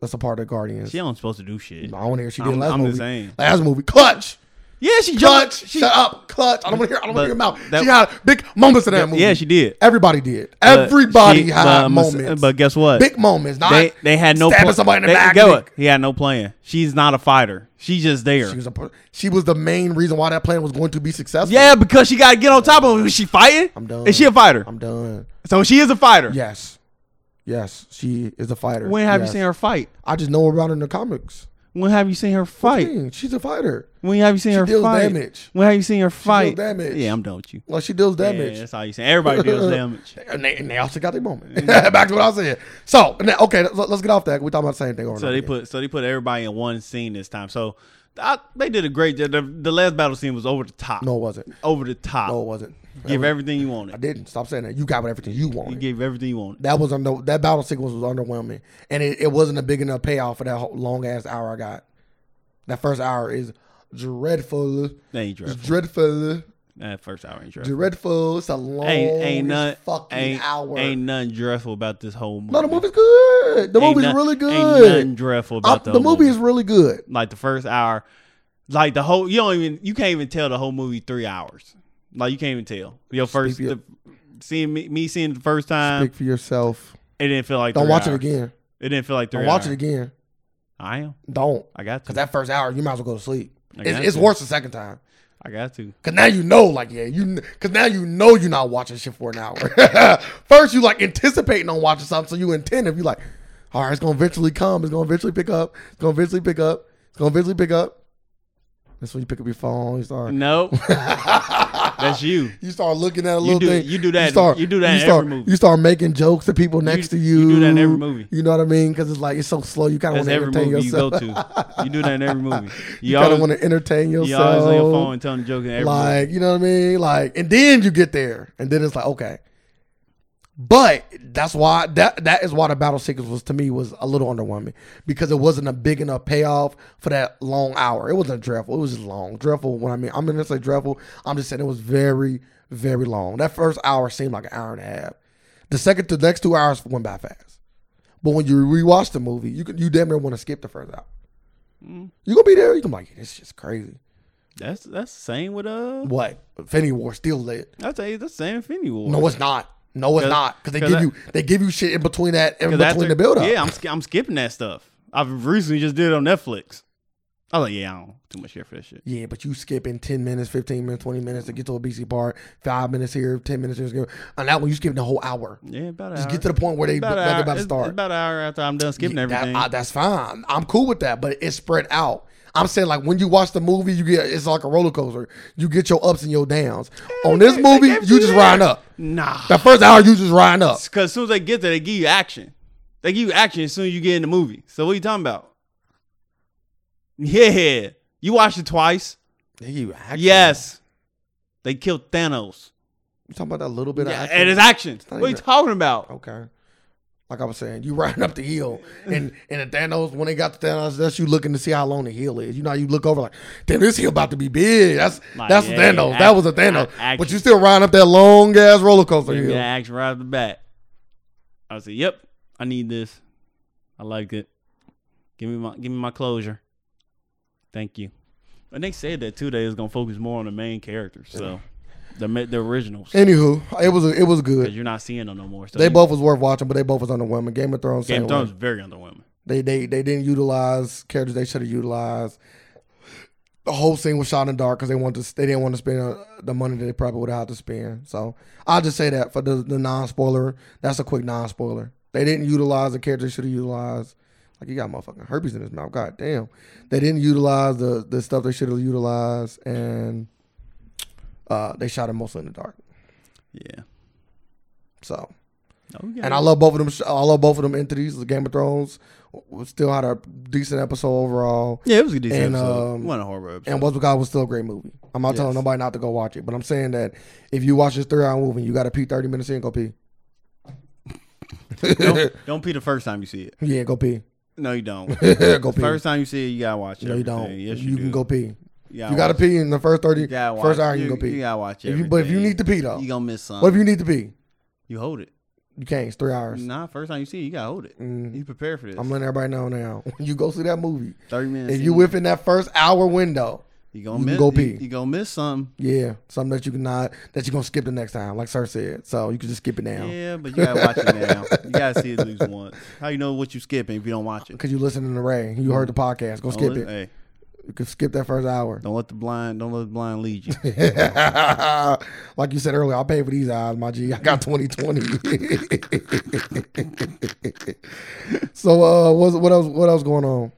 That's a part of Guardians. She don't supposed to do shit. I don't want to hear she did I'm- last I'm movie. just saying. Last movie, clutch, Yeah, she jumped. clutch. She, shut up, clutch. I don't want to hear. I don't want to But hear your mouth. that- she had big moments in that movie. yeah, she did. Everybody did. But Everybody she- had but I'm gonna say- moments. But guess what? big moments. Not they they had no stabbing pla- somebody in the they, back. Get and what? He had no plan. She's not a fighter. She's just there. She was a, per- she was the main reason why that plan was going to be successful. yeah, because she got to get on top of him. Is she fighting? I'm done. Is she a fighter? I'm done. so she is a fighter. Yes, yes, she is a fighter. When have Yes. you seen her fight? I just know about her in the comics. When have you seen her fight? Dang, she's a fighter. When have you seen her deals fight? damage. When have you seen her fight? damage. Yeah, I'm done with you. Well, she deals damage. Yeah, that's all you saying. Everybody deals damage. And they, and they also got their moment. Back to what I was saying. So, now, okay, let's- let's get off that. We're talking about the same thing over and So over they again. put so they put everybody in one scene this time. So I, they did a great job. The, the last battle scene was over the top. No, it wasn't. Over the top. No, it wasn't. Give That was- everything you I wanted. didn't. Stop saying that. You got everything you wanted. You gave everything you wanted. that was under that battle sequence was underwhelming, and it, it wasn't a big enough payoff for that whole long ass hour I got. That first hour is dreadful, That ain't dreadful. dreadful, That first hour ain't dreadful. dreadful. It's a long Ain't ain't none fucking ain't, hour. ain't nothing dreadful about this whole movie. no, the movie's good. The Ain't movie's none- really Ain't nothing good. dreadful I- about the, The whole movie is really good. like the first hour, like the whole you don't even you can't even tell the whole movie three hours. Like you can't even tell your first Speak the, seeing me, me seeing it the first time. Speak for yourself. It didn't feel like Don't three watch it hours. again. It didn't feel like three. Don't watch hours. it again. I am. Don't. I got to. Because that first hour, you might as well go to sleep. I It's, got it's you. worse the second time. I got to. Cause now you know, like yeah, you. Cause now you know you're not watching shit for an hour. First, you like anticipating on watching something, so you intend if you like, all right, it's gonna eventually come. It's gonna eventually pick up. It's gonna eventually pick up. It's gonna eventually pick up. That's when you pick up your phone. You start. Nope. That's you. You start looking at a little do- thing. you do that- you do that in start, every movie. You start making jokes to people next to you. you do that in every movie. You know what I mean? Because it's like it's so slow. You kind of That's want to every entertain movie yourself. you go to. You do that in every movie. You, You kind always of want to entertain yourself. you always on your phone telling joking. Every movie. Like, you know what I mean? Like, and then you get there, and then it's like, okay. But that's why that that is why the battle sequence was to me was a little underwhelming because it wasn't a big enough payoff for that long hour. It wasn't dreadful. It was just long. Dreadful. What I mean, I'm not gonna say dreadful. I'm just saying it was very very long. That first hour seemed like an hour and a half. The second to the next two hours went by fast. But when you rewatch the movie, you could, you damn near want to skip the first hour. You gonna be there. You can be like, this is just crazy. That's that's the same with uh. What? Infinity War still lit. I tell you, that's the same Infinity War. No, it's not. No, it's 'Cause- not. Because they 'cause give that- you they give you shit in between that in 'Cause between after- the build up. Yeah, I'm sk- I'm skipping that stuff. I recently just did it on Netflix. I was like, yeah, I don't too much care for that shit. Yeah, but you skipping ten minutes, fifteen minutes, twenty minutes to get to a BC part, five minutes here, ten minutes here, and that one you skipping the whole hour. Yeah, about an Just hour. get to the point where they about, about, an hour. about to It's- start. it's about an hour after I'm done skipping Yeah, that- everything. I- that's fine. I'm cool with that, but it's spread out. I'm saying like when you watch the movie, you get it's like a roller coaster. You get your ups and your downs. On this they movie, gave it you to just you riding there. up. nah, That first hour, you just riding up. because as soon as they get there, they give you action. They give you action as soon as you get in the movie. So what are you talking about? Yeah, you watched it twice. You actually- Yes, they killed Thanos. You talking about that little bit Yeah, of action? and it's action. not What are you even- talking about? Okay. Like I was saying, you riding up the hill, and and the Thanos when they got the Thanos, that's you looking to see how long the hill is. You know, how you look over like, damn, this hill about to be big. That's Like, that's yeah, a Thanos. yeah, that was a act- Thanos. act- but you still riding up that long ass roller coaster They hill. get action right off the bat. I said, "Yep, I need this. I like it. Give me my give me my closure. Thank you." And they said that too. They was gonna focus more on the main characters, so the ma- the originals Anywho, it was it was good. because you're not seeing them no more. So They you- both was worth watching, but they both was underwhelming. Game of Thrones. Game same of Thrones is very underwhelming. They they they didn't utilize characters they should have utilized. the whole scene was shot in the dark because they wanted to, they didn't want to spend uh, the money that they probably would have had to spend. So I'll just say that for the, the non spoiler, that's a quick non spoiler. They didn't utilize the character they should have utilized. Like you got motherfucking herpes in his mouth. God damn, they didn't utilize the the stuff they should have utilized, and uh, they shot it mostly in the dark. Yeah. So Okay. and I love both of them. sh- I love both of them entities. The Game of Thrones w- still had a decent episode overall, yeah, it was a decent and, episode. um, it wasn't a horrible episode. and What's with God was still a great movie. I'm not telling Yes. nobody not to go watch it, but I'm saying that if you watch this three hour movie, you got to pee 30 minutes in, go pee. don't, don't pee the first time you see it. Yeah, go pee. No, you don't. go pee. first time you see it, you gotta watch it. no, you don't. Yes, you you, do. can go pee. gotta You got to watch- pee in the first 30, you gotta watch- first hour. You, can go You pee. gotta watch If you- but if you everything. need to pee though, you gonna miss some. what if you need to pee? you hold it? You can't. It's three hours. Nah, first time you see it, you gotta hold it. Mm. You prepare for this. I'm letting everybody know now. When you go see that movie, Thirty minutes. if in, you within that first hour window, you gonna you miss, can go you- pee. You, gonna miss something. Yeah, something that you can not that you're gonna skip the next time, like Sir said. So you can just skip it now Yeah, but you gotta watch it now. You gotta see it at least once. How you know what you skipping if you don't watch it? because you listening to Ray. You Mm. heard the podcast. Go Don't skip let- it. Hey, You can skip that first hour. don't let the blind don't let the blind lead you. like you said earlier, I paid for these eyes, my G. I got 2020. so uh, what what else? What else going on?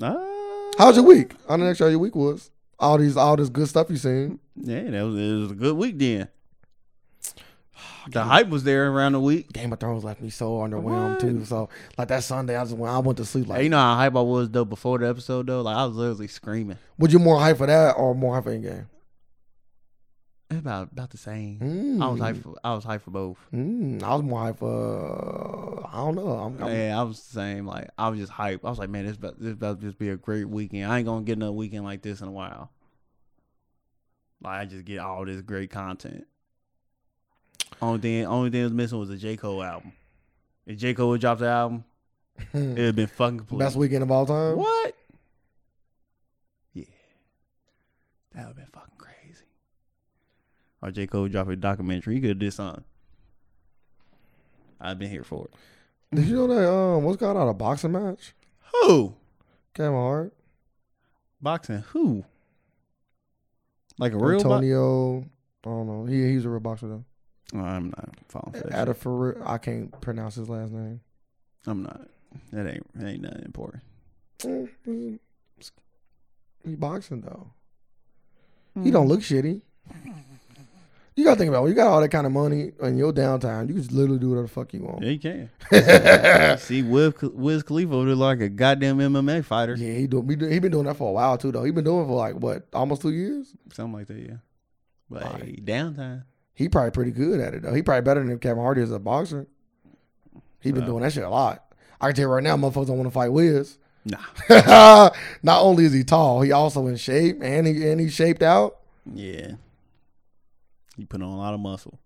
Ah, How's your week? I didn't ask you how your week was. All these all this good stuff you seen. Yeah, that was, it was a good week then. The hype was there around the week. Game of Thrones left me so underwhelmed What? too. So like that Sunday, I just went. I went to sleep. Like, Hey, you know how hype I was though before the episode though. Like I was literally screaming. would you more hype for that or more hype for Endgame? It's about about the same. Mm. I was hype. For, I was hype for both. Mm, I was more hype for. I don't know. I'm, I'm, Yeah, I was the same. Like I was just hype. I was like, man, this about, this about to just be a great weekend. I ain't gonna get another weekend like this in a while. Like I just get all this great content. Only thing, only thing that was missing was a J Cole album. If J Cole would dropped the album, it would have been fucking complete. best weekend of all time. What? Yeah. That would have been fucking crazy. Or J. Cole dropped a documentary. He could have did something. I've been here for it. Did you know that? Um, what's going on? A boxing match? Who? Kevin Hart, Boxing who? Like a real box? Antonio. I don't know. He he's a real boxer though. Oh, I'm not falling for that. shit. Adafar, I can't pronounce his last name. I'm not. That ain't that ain't nothing important. Mm, He boxing though. He don't look shitty. You gotta think about it. When you got all that kind of money in your downtime. You can just literally do whatever the fuck you want. Yeah, you can. See, Wiz, Wiz Khalifa look like a goddamn MMA fighter. Yeah, he do, he, do, he been doing that for a while too though. He been doing it for like what almost two years. Something like that, yeah. But Alright. hey, downtime. He probably pretty good at it though. He probably better than Kevin Hardy as a boxer. He been Yeah. doing that shit a lot. I can tell you right now, motherfuckers don't want to fight Wiz. Nah. Not only is he tall, he also in shape and he and he's shaped out. Yeah. He put on a lot of muscle.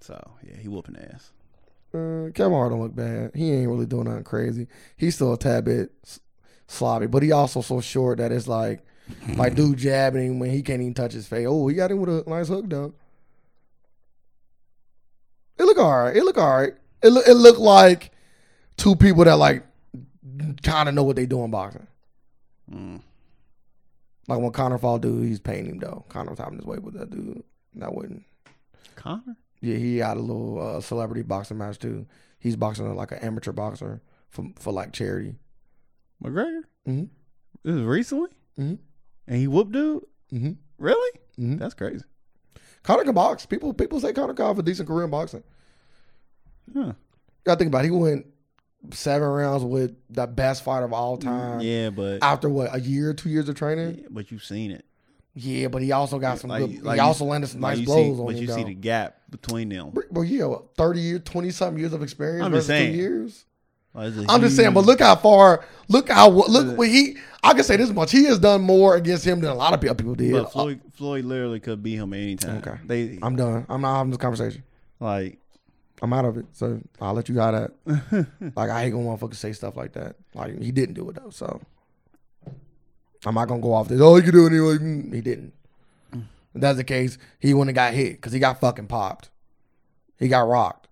So yeah, he whooping ass. Uh, Kevin Hart don't look bad. He ain't really doing nothing crazy. He's still a tad bit s- sloppy, but he also so short that it's like, like dude jabbing him when he can't even touch his face. Oh, he got him with a nice hook though. It look all right. It look all right. It look it look like two people that like kind of know what they doing boxing. Mm. Like when Connor fought dude, he's paying him though. Connor was having his way with that dude. That wouldn't. Connor? Yeah, he had a little uh, celebrity boxing match too. He's boxing like an amateur boxer for for like charity. McGregor? Mhm. This is recently? Mhm. And he whooped dude? Mm-hmm. Really? Mhm. That's crazy. Conor can box. People people say Conor can have a decent career in boxing. Huh. You gotta think about it. He went seven rounds with the best fighter of all time. Yeah, but After what a year, two years of training. but you've seen it. Yeah, but he also got some Like- good. like he you- also landed some Like, nice you blows see, on but you. you see the though. gap between them. But yeah, what, thirty years, twenty something years of experience I'm versus just saying. two years. Like, it's a I'm just saying, but huge- look how far, look how look Uh, what he. I can say this much: he has done more against him than a lot of pe- people did. but Floyd Floyd literally could beat him at any time. uh, Okay. They I'm done. I'm not having this conversation. like I'm out of it. So I'll let you have that. Like I ain't gonna motherfucker say stuff like that. Like he didn't do it though. So I'm not gonna go off this. Oh, he can do it anyway. Mm, He didn't. If that's the case, he wouldn't have got hit because he got fucking popped. He got rocked.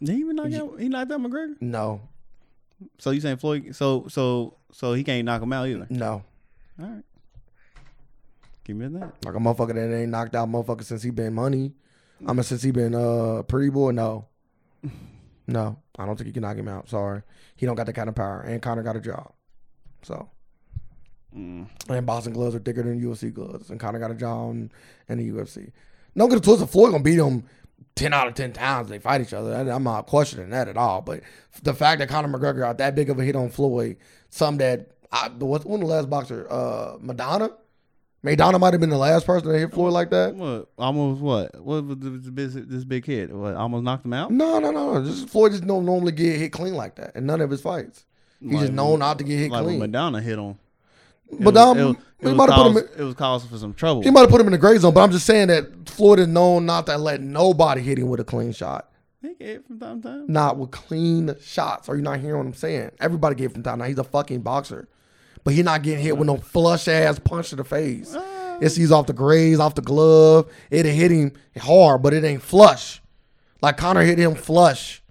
did he even knock out he knocked out McGregor? No, So you saying Floyd so so so he can't knock him out either. no. All right. Keep it at that. Like a motherfucker that ain't knocked out motherfucker since he been money. I mean since he been uh pretty boy, no. No. I don't think you can knock him out. Sorry. He don't got that kind of power. And Connor got a job. So Mm. and boxing gloves are thicker than UFC gloves. And Connor got a job in, in the UFC. No good twisted Floyd gonna beat him ten out of ten times. They fight each other. I- I'm not questioning that at all. But the fact that Conor McGregor got that big of a hit on Floyd, some that I, the what when the last boxer uh Madonna, Madonna might have been the last person to hit Floyd like that. What? Almost what? What was this big, this big hit? What? Almost knocked him out? No, no, no. no. Just Floyd just don't normally get hit clean like that in none of his fights. He's Like just known not to get hit Like when clean. Madonna hit him. It but was- um, it was- it he was might have put him. caused- it was causing for some trouble. He might have put him in the gray zone. But I'm just saying that Floyd is known not to let nobody hit him with a clean shot. He get hit from time to time. Not with clean shots. Are you not hearing what I'm saying? Everybody get hit from time. Now he's a fucking boxer, but he's not getting hit with no flush ass punch to the face. Ah. It's he's off the graze, off the glove. It'll hit him hard, but it ain't flush. Like Connor hit him flush.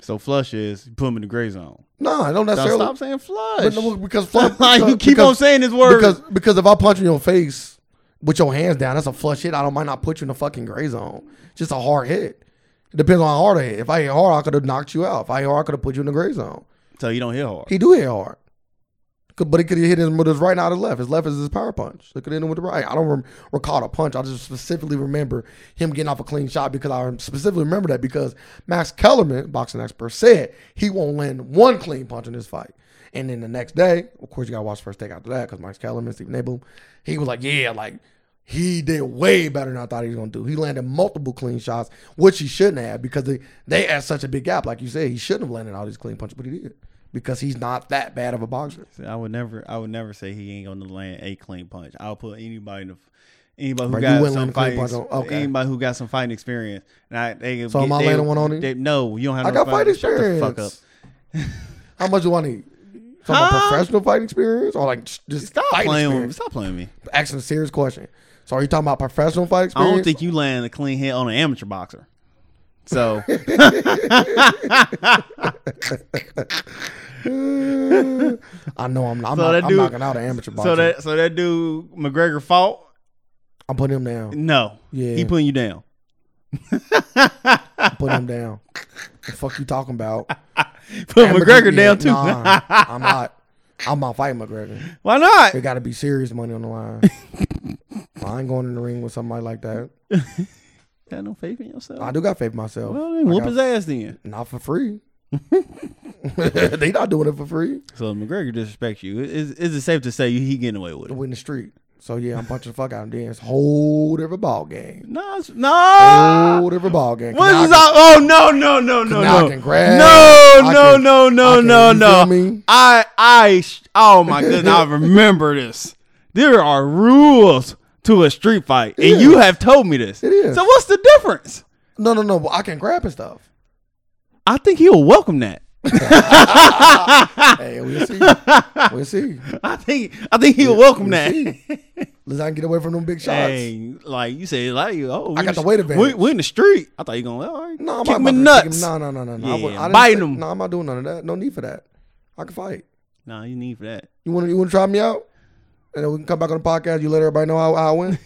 So flush is you put him in the gray zone. No, I don't Now necessarily. stop saying But flush. no, because flush, you keep on saying this word. because because if I punch you in your face with your hands down, that's a flush hit. I don't might not put you in the fucking gray zone. Just a hard hit. It depends on how hard I hit. If I hit hard, I could have knocked you out. If I hit hard, I could have put you in the gray zone. so you don't hit hard. He do hit hard. Could- But he could have hit him with his right, not his left. His left is his power punch. They could hit him with the right. I don't rem- recall the punch. I just specifically remember him getting off a clean shot because I specifically remember that because Max Kellerman, boxing expert, said he won't land one clean punch in this fight. And then the next day, of course, you got to watch the first take after that because Max Kellerman, Stephen A. Boom, he was like, yeah, like he did way better than I thought he was going to do. He landed multiple clean shots, which he shouldn't have because they, they had such a big gap. Like you said, he shouldn't have landed all these clean punches, but he did because he's not that bad of a boxer. See, I would never, I would never say he ain't gonna land a clean punch. I'll put anybody in the, anybody who Bro, you got wouldn't some land a clean fighting, punch on- okay. anybody who got some fighting experience. And I, they, So am I they- landing one on him? They, no, you don't have. I no got fight Shut the experience. fuck up. How much do I need? From Huh? a professional fight experience or like just Stop fight playing with me. experience? Stop playing with me. Asking a serious question. So are you talking about professional fight I experience? don't think you land a clean hit on an amateur boxer. So I know I'm, I'm, So not, that I'm dude- knocking out an amateur boxer. so that so that dude McGregor fought. I'm putting him down. No, Yeah. he putting you down. I'm putting him down. the fuck you talking about? Put Amateur- McGregor yeah, down too. Nah, I'm not. I'm not fighting McGregor. Why not? There got to be serious money on the line. I ain't going in the ring with somebody like that. Got no faith in yourself. I do got faith in myself. well, then I whoop got- his ass then. Not for free. they not doing it for free. So if McGregor disrespects you. Is is it safe to say you he getting away with it? We in the street. So yeah, I'm punching the fuck out of them. It's whole different ball game. No, it's- no. Whole different ball game. Ah! What Now I is can- all? Oh no no no no now I no can grab. no I no can- no I no can- no you no. feel me? I I sh- oh my goodness! I remember this. There are rules to a street fight, and is. you have told me this. It is. So what's the difference? No, no, no. but I can grab and stuff. I think he'll welcome that. Ah! Hey, we'll see. We'll see. I think I think he'll welcome we'll that. see. Let's not get away from them big shots. Dang, like you said, like oh, we I in got the weight sh- advantage. We, we in the street. I thought you gonna well, all right, No, I'm kick not me about to kick nuts. him. No, no, no, no, no. Yeah, I wouldn't- I didn't biting say- him. No, I'm not doing none of that. No need for that. I can fight. Nah, you need for that. You want to you want to try me out, and then we can come back on the podcast. You let everybody know how, how I win,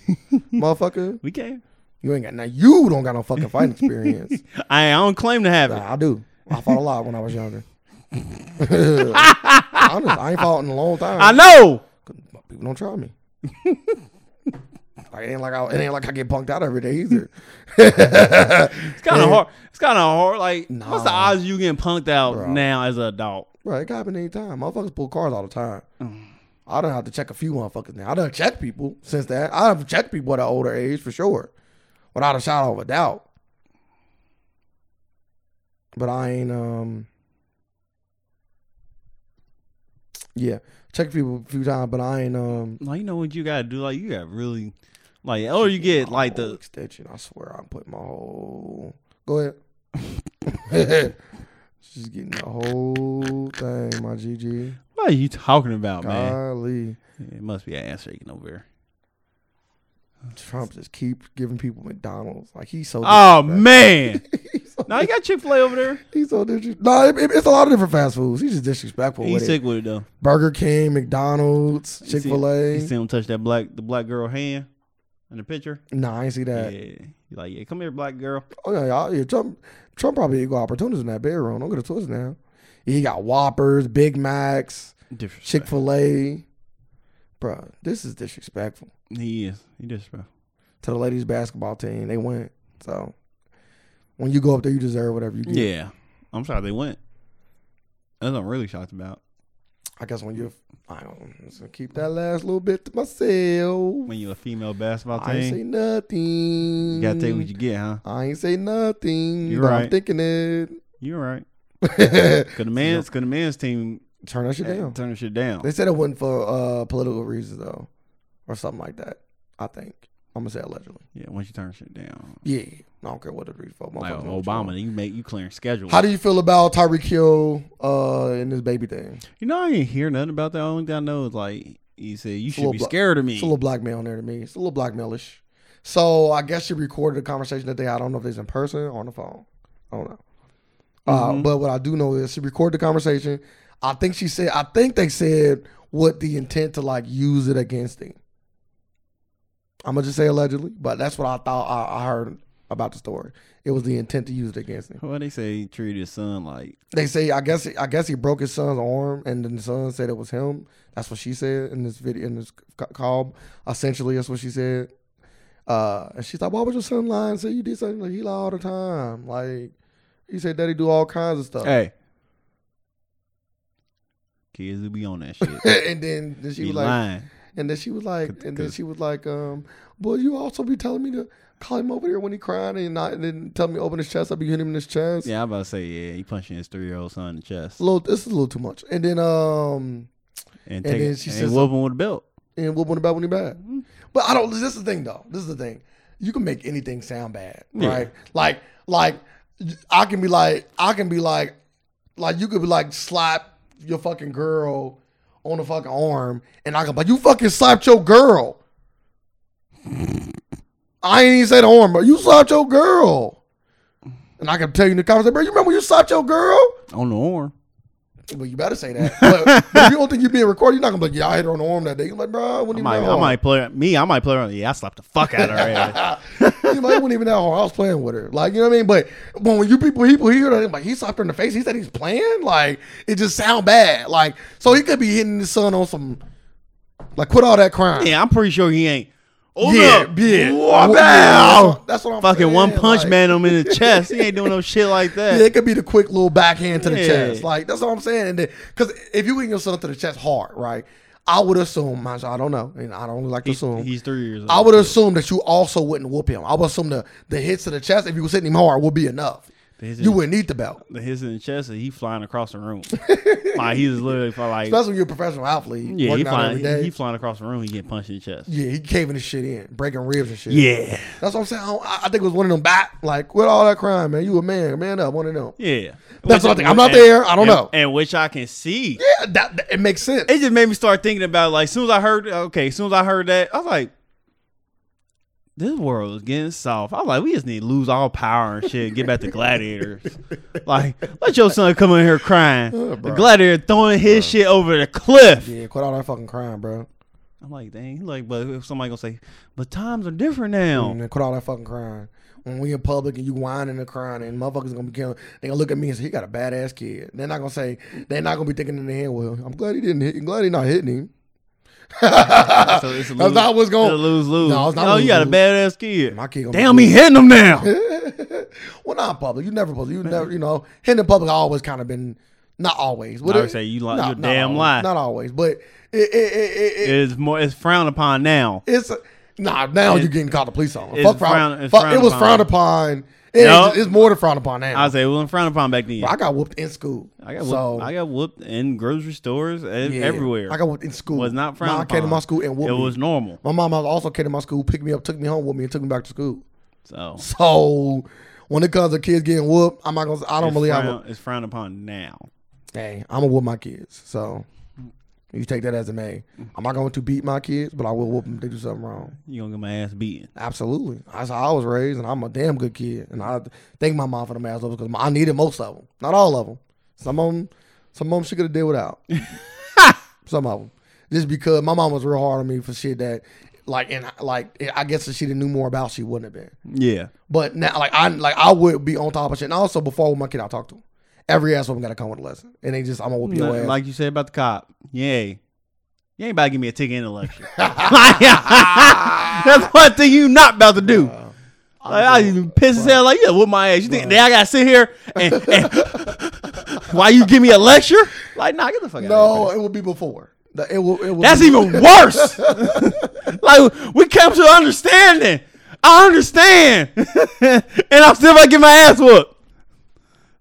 motherfucker. We can. You ain't got now. You don't got no fucking fighting experience. I, I don't claim to have it. Nah, I do. I fought a lot when I was younger. Honest, I ain't fought in a long time. I know. People don't try me. Like, it ain't like I, it ain't like I get punked out every day either. It's kind of hard. It's kind of hard. Like, what's the Nah. odds you getting punked out Bro. now as an adult? Bro, it can happen anytime. Motherfuckers pull cars all the time. I don't have to check a few motherfuckers now. I done checked people since that. I have checked people at an older age for sure, without a shadow of a doubt. But I ain't um. Yeah, checked people a few times, but I ain't um. Like, you know what you gotta do? Like, you got really, like, or you get my like whole the extension. I swear, I'm putting my whole. Go ahead. She's getting the whole thing, my GG. what are you talking about, man? Golly. It must be an ass shaking over here. Trump just keeps giving people McDonald's. Like he's so Oh disrespectful. man, He's so Now you got Chick Fil A over there. He's so disrespectful. No, it, it- it's a lot of different fast foods. He's just disrespectful He's with it. sick with it though. Burger King, McDonald's, Chick Fil You A. see him touch that black the black girl hand in the picture. Nah, I ain't see Yeah, that. you like yeah, come here, black girl. Oh yeah, y'all, yeah, Trump, Trump probably got opportunities in that bedroom. Don't get it twisted now. He got Whoppers, Big Macs, Chick Disrespect. Fil A. Bruh, this is disrespectful He is. He disrespectful. to the ladies' basketball team. They went so. When you go up there, you deserve whatever you get. Yeah, I'm sorry they went. That's what I'm really shocked about. I guess when you're, I don't. I'm just gonna keep that last little bit to myself. When you're a female basketball I ain't say team, nothing. you gotta take what you get, huh? I ain't say nothing. You're but I'm right. thinking it. You're right. Cause the man's, cause the man's team uh, Turn that shit down. turn the shit down. They said it wasn't for uh, political reasons though, or something like that. I think I'm gonna say allegedly. Yeah, once you turn shit down, Yeah, I don't care what the reason for. like Motherfuckers know what you Obama, want. then you make you clearing schedule. How do you feel about Tyreek Hill uh, and this baby thing? you know? I didn't hear nothing about that. Only thing I know is like he said, you should little be blo- scared of me. It's a little blackmail there to me. It's a little blackmailish. So I guess she recorded a conversation that they. I don't know if it's in person or on the phone. I don't know. Uh, Mhm. but what I do know is she recorded the conversation. I think she said. I think they said what the intent to like use it against him. I'm gonna just say allegedly, but that's what I thought I, I heard about the story. It was the intent to use it against him. Well, they say he treated his son like They say I guess I guess he broke his son's arm, and then the son said it was him. That's what she said in this video in this c- call. Essentially, that's what she said. Uh, and she's like, "Why would your son lie and say you did something? Like he lie all the time. Like he said, Daddy do all kinds of stuff." Hey. Kids will be on that shit. and then, then she be was like, lying. and then she was like, Could- and then could- she was like, um, "Boy, you also be telling me to call him over here when he crying and not, and then tell me to open his chest. I be hitting him in his chest. Yeah, I'm about to say, yeah, he punching his three year old son in the It's chest. a little, this is a little too much." And then, um, And, and take, then she and says- whoop him with a belt. and what went about when he bad. But I don't. This is the thing, though. This is the thing. You can make anything sound bad, Yeah. right? Like, like I can be like, I can be like, like you could be like slap your fucking girl on the fucking arm, and I can be like, you fucking slapped your girl. I ain't even say the arm, but you slapped your girl. And I can tell you in the conversation, bro, you remember when you slapped your girl? On the arm. Well, you better say that. But, but if you don't think you're being recorded, you're not gonna be like, yeah, I hit her on the arm that day. You're like, bro, when I you might, I might play me, I might play around. Yeah, I slapped the fuck out of her ass. you might wasn't even that hard. I was playing with her. Like, you know what I mean? But but when you people people hear that, like he slapped her in the face, he said he's playing. Like, it just sound bad. Like, so he could be hitting his son on some like quit all that crime. Yeah, I'm pretty sure he ain't. Oh yeah. no. yeah. Wow. Yeah, that's what- That's what I'm Fucking saying, one punch like- man him in the chest. He ain't doing no shit like that. Yeah, it could be the quick little backhand to the Yeah. chest. Like that's what I'm saying. And because if you hitting yourself to the chest hard, right? I would assume. mind you, I don't know, and I don't like to He's, assume. he's three years old. I would assume that you also wouldn't whoop him. I would assume the, the hits to the chest, if you was hitting him hard, would be enough. His in, You wouldn't need the belt. the hits in the chest and he flying across the room. like he's literally like Especially when you're a professional athlete. Yeah, he working out every flying day. he flying across the room, he getting punched in the chest. yeah, he caving his shit in, breaking ribs and shit. Yeah. That's what I'm saying. I, don't- I I think it was one of them back. Like, quit all that crime, man. You a man. Man up, one of them. Yeah. That's what I think. I'm not there. I don't and- know. And which I can see. Yeah, that, that- it makes sense. It just made me start thinking about like as soon as I heard okay, as soon as I heard that, I was like, this world is getting soft. I was like, we just need to lose all power and shit and get back to gladiators. like, let your son come in here crying. Uh, the bro. gladiator throwing his shit over the cliff. yeah, quit all that fucking crime, bro. I'm like, dang, he like, but if somebody gonna say, but times are different now. And then quit all that fucking crying. When we in public and you whining and crying and motherfuckers gonna be killing, they gonna look at me and say he got a badass kid. They're not gonna say they're not gonna be thinking in the hand. Well, I'm glad he didn't hit. I'm glad he not hitting him. So it's a Ah, That's lose, not what's it's a going. lose lose. No, No, it's not you got a lose-lose. badass kid. My kid gonna Damn, be he hitting him now. well, not in public. You never public. You never. You know, hitting in public always kind of been not always. But I would say you li- not- you're not damn always, lie. Not always, but it, it, it, it, it, It's more. It's frowned upon now. it's nah. Now It- you're getting called a police officer. it's Fuck frown. frown- it's fuck, frowned it was upon. frowned upon. It No. ain't- It's more than frowned upon now. I say it wasn't frowned upon back then. Bro, I got whooped in school. I got so, whooped, I got whooped in grocery stores and yeah, everywhere. I got whooped in school. was not frowned Mom came to upon. my school and whooped it me. was normal. my mom also came to my school, picked me up, took me home with me, and took me back to school. So So when it comes to kids getting whooped, I'm not gonna. I don't it's, really have. A, frowned, it's frowned upon now. hey, I'm gonna whoop my kids. So You take that as a man. I'm not going to beat my kids, but I will whoop them if they do something wrong. You gonna get my ass beaten. Absolutely. That's how I was raised, and I'm a damn good kid. And I thank my mom for the ass because I needed most of them, not all of them. Some of them, some of them she could have did without. some of them, just because my mom was real hard on me for shit that, like, and like I guess if she didn't knew more about, she wouldn't have been. Yeah. But now, like I like I would be on top of shit. And also, before with my kid, I talk to him. Every ass woman got to come with a lesson, and they just I'm gonna whoop your ass. Like you said about the cop. Yay. You ain't about to give me a ticket in the lecture. That's one thing you not about to do. Uh, Like, I even piss his ass like yeah, with my ass. You think now I gotta sit here and, and why you give me a lecture? Like, nah, get the fuck out. of here. no, it will be before. The- It will. It will That's be- even worse. like we came to understanding. I understand, and I'm still about to get my ass whooped.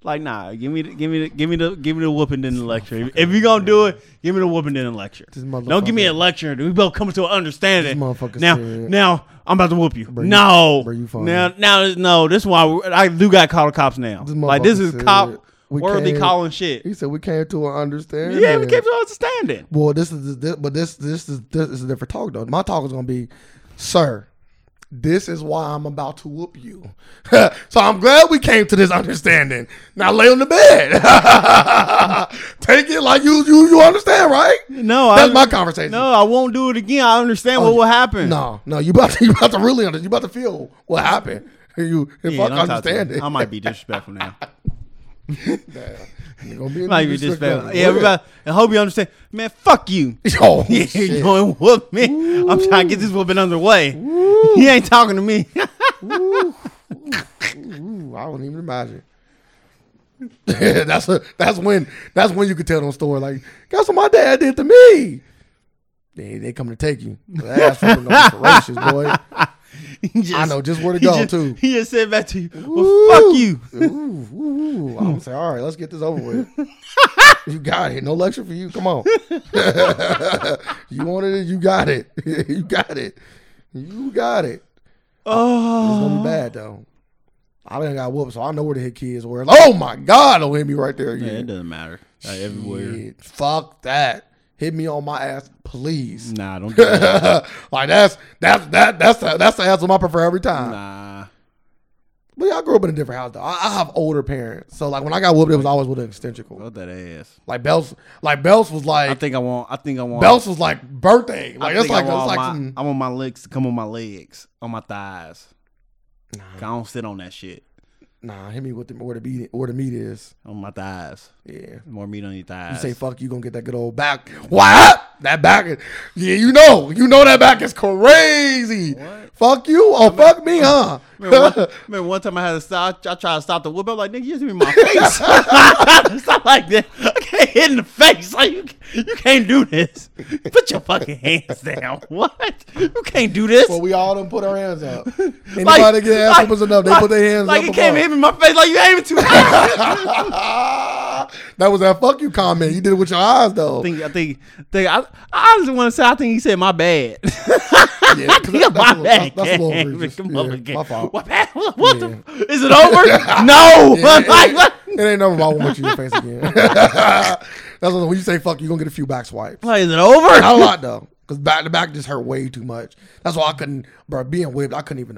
Like, nah, give me, the, give me, the, give me the, give me the whooping in the lecture. If, if you gonna do it, give me the whooping in the lecture. This Don't give me a lecture. We both come to an understanding. This motherfucker now, said- now I'm about to whoop you. you- no, bro, you funny. now, now, no. This is why we- I do got called cops now. This like this motherfucker is said, cop "We worthy came- calling shit. He said we came to an understanding. Yeah, we came to an understanding. Well, this is this, but this this is this is a different talk though. My talk is gonna be, sir. This is why I'm about to whoop you. so I'm glad we came to this understanding. Now lay on the bed. Take it like you you you understand, right? No, That's I, my conversation. Oh, No, I won't do it again. I understand what will happen. No, no, you about to, you about to really under, you about to feel what happened. You if Yeah, I don't talk to me. understand it. I might be disrespectful now. You're gonna be in might be this disrespectful. circle. Yeah, we about, I hope you understand. Man, fuck you. Oh, Yeah, you shit. going whoop me. I'm trying to get this whooping underway. He ain't talking to me. Ooh, I don't even imagine. that's a, that's when that's when you could tell them story like that's what my dad did to me. They they come to take you. That ass fucking gonna be ferocious, boy. He just- I know just where to he go just- too. He just said back to you, well, fuck you. Ooh, ooh, ooh. I'm gonna say, all right, let's get this over with. you got it. No lecture for you. Come on. you wanted it. You got it. you got it. You got it. It's gonna be Oh, bad though. I done got whooped, so I know where to hit kids. Where? Oh my God! Don't hit me right there. yeah, Again. it doesn't matter. Like, everywhere. Shit, fuck that. Hit me on my ass, please. Nah, don't do that. like that's that's that that's the, that's the asshole I prefer every time. Nah. But yeah, I grew up in a different house though. I, I have older parents, so like when I got whooped, it was always with an extension cord. Fuck that ass. Like Bells, like Bells was I like think I want, I think I want. Bells was like birthday. Like I it's think I like it's want like my- some. I want my legs to come on my legs, on my thighs. I Nah, don't sit on that shit. nah, hit me with the where the meat where the meat is. On my thighs. Yeah. More meat on your thighs. You say fuck, you gonna get that good old back. What? That back is yeah, you know, you know that back is crazy. What? Fuck you, oh fuck me, huh? Remember one, remember one time I had to stop. I tried to stop the whoop. I'm like, nigga, you hit me in my face. it's not like that. I get hit in the face. Like you, you can't do this. Put your fucking hands down. What? You can't do this. Well, we all done put our hands up. Anybody Like- get ass like- whoopers enough, they like- put their hands like up. it came above. hit me in my face. Like you aiming too high. that was that fuck you comment. You did it with your eyes though. I think. I think. I think. I, I honestly want to say. I think he said my bad. Yeah, 'cause Think that- that's, a my little, bad. that's, that's a little game. egregious. Come Yeah, over again. my fault. What, the- what the? Yeah. f- Is it over? no. Yeah, it, like what? ain't- it ain't nothing wrong with you in your face again. that's what, when you say fuck, you gonna get a few back swipes. Like, is it over? Not a lot though, because back to back just hurt way too much. That's why I couldn't, bro. Being whipped, I couldn't even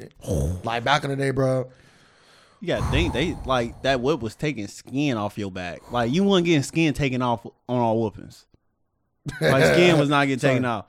it. Like back in the day, bro. You gotta think they like that whip was taking skin off your back. Like you weren't getting skin taken off on all whoopings. Like skin was not getting taken off.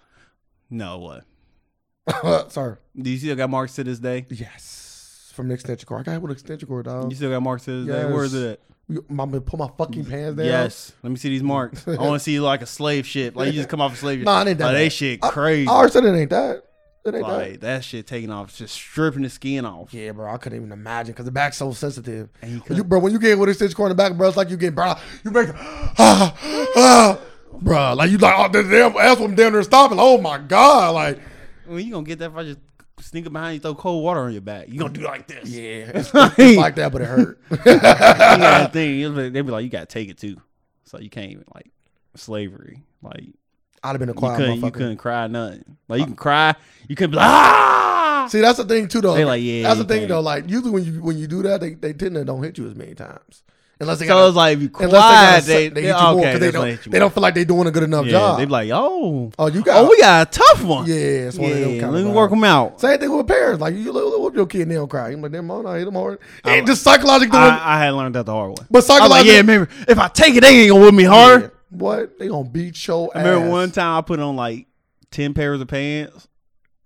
No, what? Sorry. Do you still got marks to this day? Yes. From the extension cord. I got hit with an extension cord, You dog. still got marks to this day. Where is it You- I'm gonna put my fucking pants at? down. Yes. Let me see these marks. I want to see like a slave ship. Like you just come off a slave ship. Nah, it ain't that Like, they bad. Oh, shit I- crazy. I already said it ain't that. It ain't that. like that shit taking off, just stripping the skin off. Yeah, bro, I couldn't even imagine because the back's so sensitive. And you When couldn't- you- bro, when you get with a stitch cord in the back, bro, it's like you get bro, you make ah, ah, bro, like you like oh, the damn ass woman down there stopping. Oh my god, like I mean, you gonna get that if I just sneak up behind you, throw cold water on your back. You gonna do like this? yeah, it's it's like that, but it hurt. you gotta think, it was like- They be like, you gotta take it too, so you can't even like slavery. Like you I'd have been a quiet couldn't, you motherfucker. Uh, couldn't cry nothing. Like you can cry, you couldn't be like ah. See, that's the thing too, though. They like, yeah, that's the you thing can't. though. Like usually when you when you do that, they they tend to don't hit you as many times. Unless they So got it's like if you unless they, gotta, quiet, they, they, they hit yeah, you more okay, because they that's why don't hit you they more. don't feel like they're doing a good enough Yeah, job. they be like, oh, oh, you got oh, we got a tough one. yeah, it's one of them Yeah, kind let of me vibes. work them out. Same thing with parents. Like you look, look, your kid and they don't cry. You like, damn, mom, I hit them hard. And just psychologically, I, I had learned that the hard way. I but was psychologically, like, yeah, remember if I take it, they ain't gonna whip me hard. Yeah. What they gonna beat your I remember ass? one time I put on like ten pairs of pants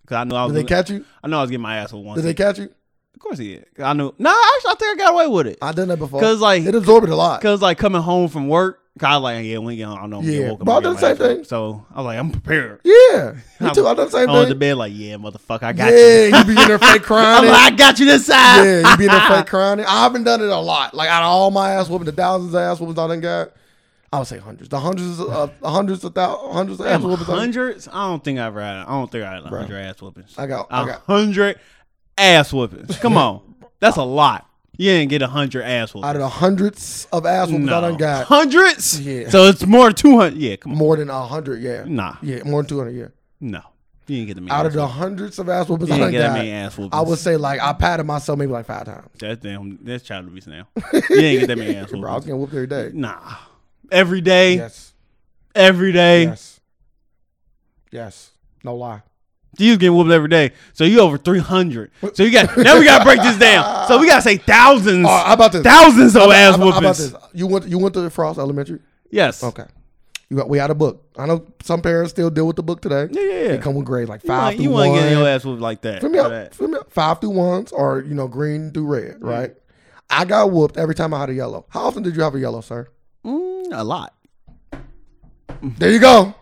because I knew I was. Did they gonna- catch you? I know I was getting my ass with one. Did they catch you? of course he did. I knew. No, actually, I think I got away with it I done that before. because like it absorbed it a lot. because like coming home from work, I was like yeah, when you I know I'm Yeah, getting woke up. bro, I I'm done getting my the same ass thing. whooped. So I was like, I'm prepared. Yeah, me too. I done the I same was to thing. bed like, yeah, motherfucker, I got you. Yeah, you be in there fake I'm crying. like, I got you this side. yeah, you be in there fake crying. I haven't done it a lot. Like out of all my ass whooping, the thousands of ass whoopings I done got, I would say hundreds. The hundreds of hundreds of thousands, hundreds of ass Damn, whoopings. I done- hundreds? I don't think I ever had. I don't think I had a hundred ass whoopings. I got, I A got, hundred ass whoopings. Come on, that's a lot. You didn't get a hundred ass out whoopings. of the hundreds of ass whoopings I No. done got, hundreds. Yeah. So it's more than two hundred. Yeah, come on. more than a hundred. Yeah, Nah, yeah, more than two hundred. Yeah, no, you didn't get the many. out of ass the hundreds of ass whoopings whoopings. I you didn't done get that got, many ass whoopings. I would say like I patted myself maybe like five times. That's damn. That's child abuse now. You didn't get that many ass Bro, I whoopings. was getting whooped every day. Nah, every day, Yes, every day. yes, yes. No lie. You was getting whooped every day. So you over three hundred. So you got now we gotta break this down. So we gotta say thousands, Oh, how about this? thousands of How ass about- how about whoopings. this? You went, you went to Frost Elementary. Yes. Okay. You got, we had a book. I know some parents still deal with the book today. Yeah, yeah, They yeah. come with grades like You five ain't- You through ain't one. getting your ass whooped like that. Fill me for out- that. Mm-hmm. fill me out. Five through ones or you know green through red, right? I got whooped every time I had a yellow. How often did you have a yellow, sir? Mm, a lot. There you go.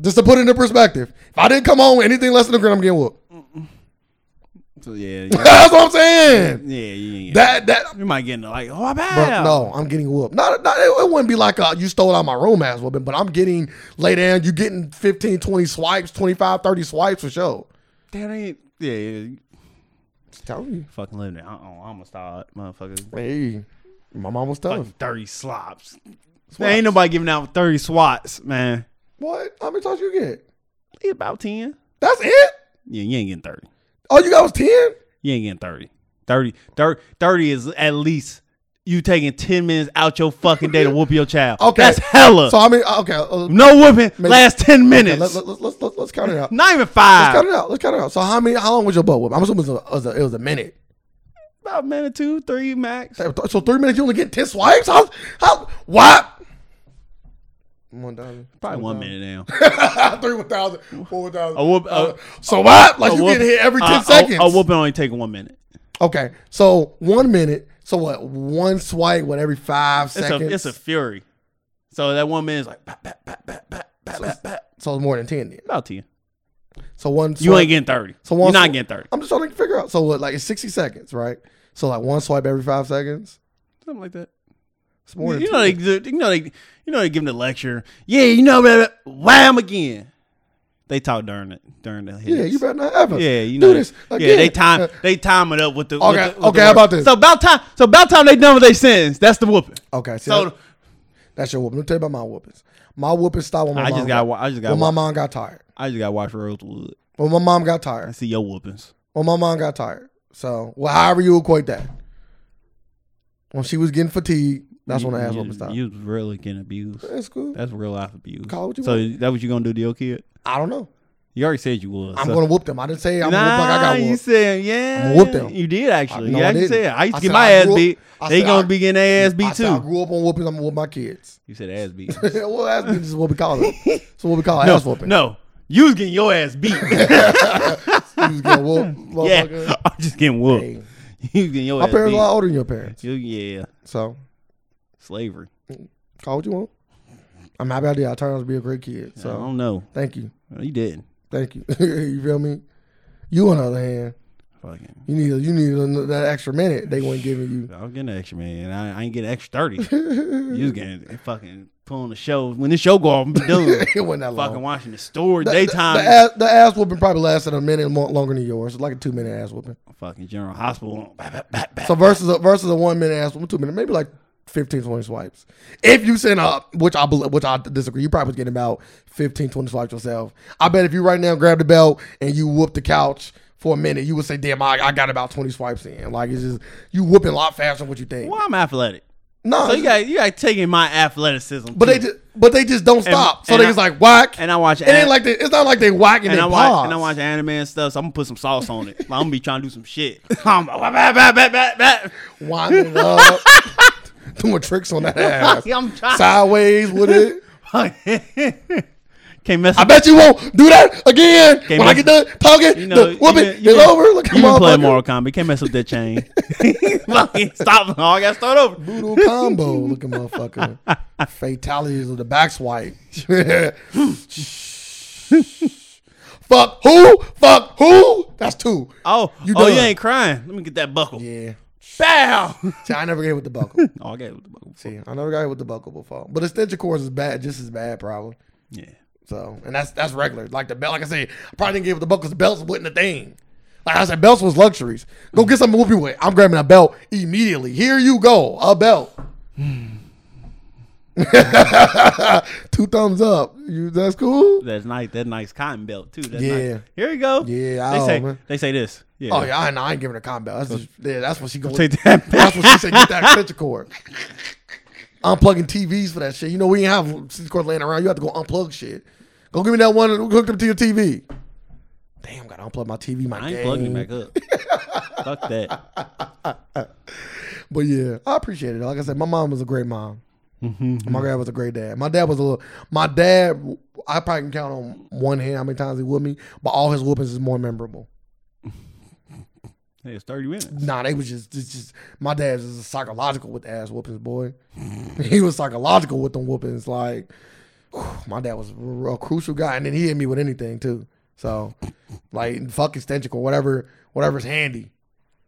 Just to put it into perspective, if I didn't come home with anything less than a green, I'm getting whooped. So yeah, yeah, That's what I'm saying. yeah, yeah. yeah. That that you might get into like, oh, I'm Bro, bad. no, I'm getting whooped. Not, not it, it wouldn't be like a, you stole out my room ass whooping, but I'm getting laid down. You getting 15, 20 swipes, 25, 30 swipes for sure. that ain't. Yeah, yeah. Just telling you. Fucking live there. Uh-uh, I'm gonna start, motherfucker. Hey, my mom was Fucking tough. thirty slops. There Swats. ain't nobody giving out thirty swats, man. What? How many times you get? It's about ten. That's it? Yeah, you ain't getting thirty. All you got was 10? You ain't getting 30. 30, 30, 30 is at least you taking 10 minutes out your fucking day to whoop your child. Okay. That's hella. So, I mean, okay. Uh, no whooping last 10 minutes. let, let, let's, let's, let's, let's count it out. Not even Let's count five. it out. Let's count it out. So, how many? How long was your butt whoop? I'm assuming it was a, was a- it was a minute. About a minute, two, three max. So, three minutes, you only get 10 swipes? How? how what? One thousand. Probably one minute now. Three one thousand, four one thousand. A whoop- a- Uh, so what? Like a you whoop- getting hit every ten Uh, a- a- seconds? A, whooping only take one minute. okay, so one minute. So what? One swipe. What every five It's a, seconds? it's a fury. So that one minute is like, pat, pat, pat, pat, pat, pat, pat, pat. so it's more than ten. Then. About 10. So one. Swipe, You ain't getting 30. So So one You're not sw- getting 30. I'm just trying to figure out. So what? Like it's sixty seconds, right? So like one swipe every five seconds. Something like that. It's more than you 10. know they, do- you know they, you know they give them the lecture. Yeah, you know, blah, blah, wham again. They talk during it during the hits. yeah, you better not ever. yeah, you do know this again. Uh, Yeah, they time they time it up with the. Okay, with the, with okay, the how about word. this? So about time, so about time they done with their sentence. That's the whooping. Uh, Okay, see, So that- that's your whooping. Let me tell you about my whoopings. My whooping stopped when my I mom just got, wa- I just got, when my wa- mom got tired. I just got to watch Rosewood When my mom got tired. and see your whoopings. Well, my mom got tired. So, well, however you equate that. When she was getting fatigued, that's you, when the ass you- whooping stopped. You was really getting abused. That's cool. That's real life abuse. Call it what you so want. is that what you gonna do to your kid? I don't know. You already said you was. I'm so. gonna whoop them. I didn't say I'm nah, gonna whoop like I got you whooped. said yeah. I'ma whoop them. You did actually. no, you I actually didn't. said I used I to said get my I ass grew up- beat. I They said gonna I- be getting their ass beat I too. said I grew up on whoopings. I'm gonna whoop my kids. you said ass beat. well, ass beating is what we call it. It's what we call ass no, whooping. no, you was getting your ass beat. You was getting whooped, motherfucker. Yeah, I'm just getting whooped. Hey, You getting your my ass parents beat. are a lot older than your parents, You- yeah, so slavery. call what you want. I'm happy I did. I turned out to be a great kid. So I So don't know. thank you, No, You didn't. thank you. you feel me? You on the other hand, Fucking. You need you need an- that extra minute they weren't giving you. I was getting an extra man. I, I ain't getting an extra thirty. you was getting fucking pulling the show when this show go off. Dude, it wasn't that fucking long. watching the story The, daytime. ass, the ass whooping probably lasted a minute more, longer than yours. It's like a two minute ass whooping. fucking General Hospital. Bah, bah, bah, bah. So versus a, versus a one minute ass whooping, two minute, maybe like 15, 20 swipes. If you sent up, which I bel- which I disagree, you probably was getting about 15, 20 swipes yourself. I bet if you right now grabbed the belt and you whooped the couch for a minute, you would say, "Damn, I, I got about twenty swipes in." Like it's just you whooping a lot faster than what you think. Well, I'm athletic. No, So you got you got taking my athleticism, but they too. just but they just don't stop. so and they I- just like whack. and I watch it ain't an- like they, it's not like they whacking and their I watch paws. and I watch anime and stuff. So I'm gonna put some sauce on it. Like, I'm gonna be trying to do some shit. I'm like, "Bap, bap, bap, bap, bap, winding it up, doing tricks on that ass, I'm trying. sideways with it. bap." Can't mess. I bet you won't do that again Can't when I mess- get done talking. You know, the whooping you been- you is been- over. Look at You been playing motherfucker. Mortal Kombat. Can't mess up that chain. Fucking Stop. Oh, I got to start over. Voodoo combo. Look at motherfucker. Fatalities of the back swipe. Fuck who? Fuck who? That's two. Oh, You oh, you done. ain't crying. Let me get that buckle. Yeah. Bow. See, I never get hit with the buckle. Oh, I got it with the buckle. See, I never got hit with the buckle before. But extension cords is bad, just as bad probably. Yeah. So, and that's that's regular. Like the belt, like I said, I probably didn't get with the buckles. Belts wasn't a thing. Like I said, belts was luxuries. Go get something to whoop you with. I'm grabbing a belt immediately. Here you go, a belt. Two thumbs up. You that's cool. That's nice. That nice cotton belt too. That's Yeah. nice. Here you go. Yeah, They oh, say man. they say this. Yeah. Oh yeah, I, ain't- I ain't giving her a combat. belt. That's just, yeah, that's what she going. Take that back. That's what she said. Get that extension cord. Unplugging TVs for that shit. You know we ain't have extension cord laying around. You have to go unplug shit. Go give me that one hooked up to your TV. Damn, gotta unplug my TV. My I ain't game. plugging it back up. Fuck that. But yeah, I appreciate it. Like I said, my mom was a great mom. Mm-hmm. My dad was a great dad. My dad was a little. My dad, I probably can count on one hand how many times he whooped me, but all his whoopings is more memorable. Hey, it's thirty minutes. Nah, they was just, it's just my dad was just psychological with the ass whoopings, boy. he was psychological with them whoopings. Like, whew, my dad was a, a crucial guy, and then he hit me with anything too. So, like, fuck extension or whatever, whatever's handy.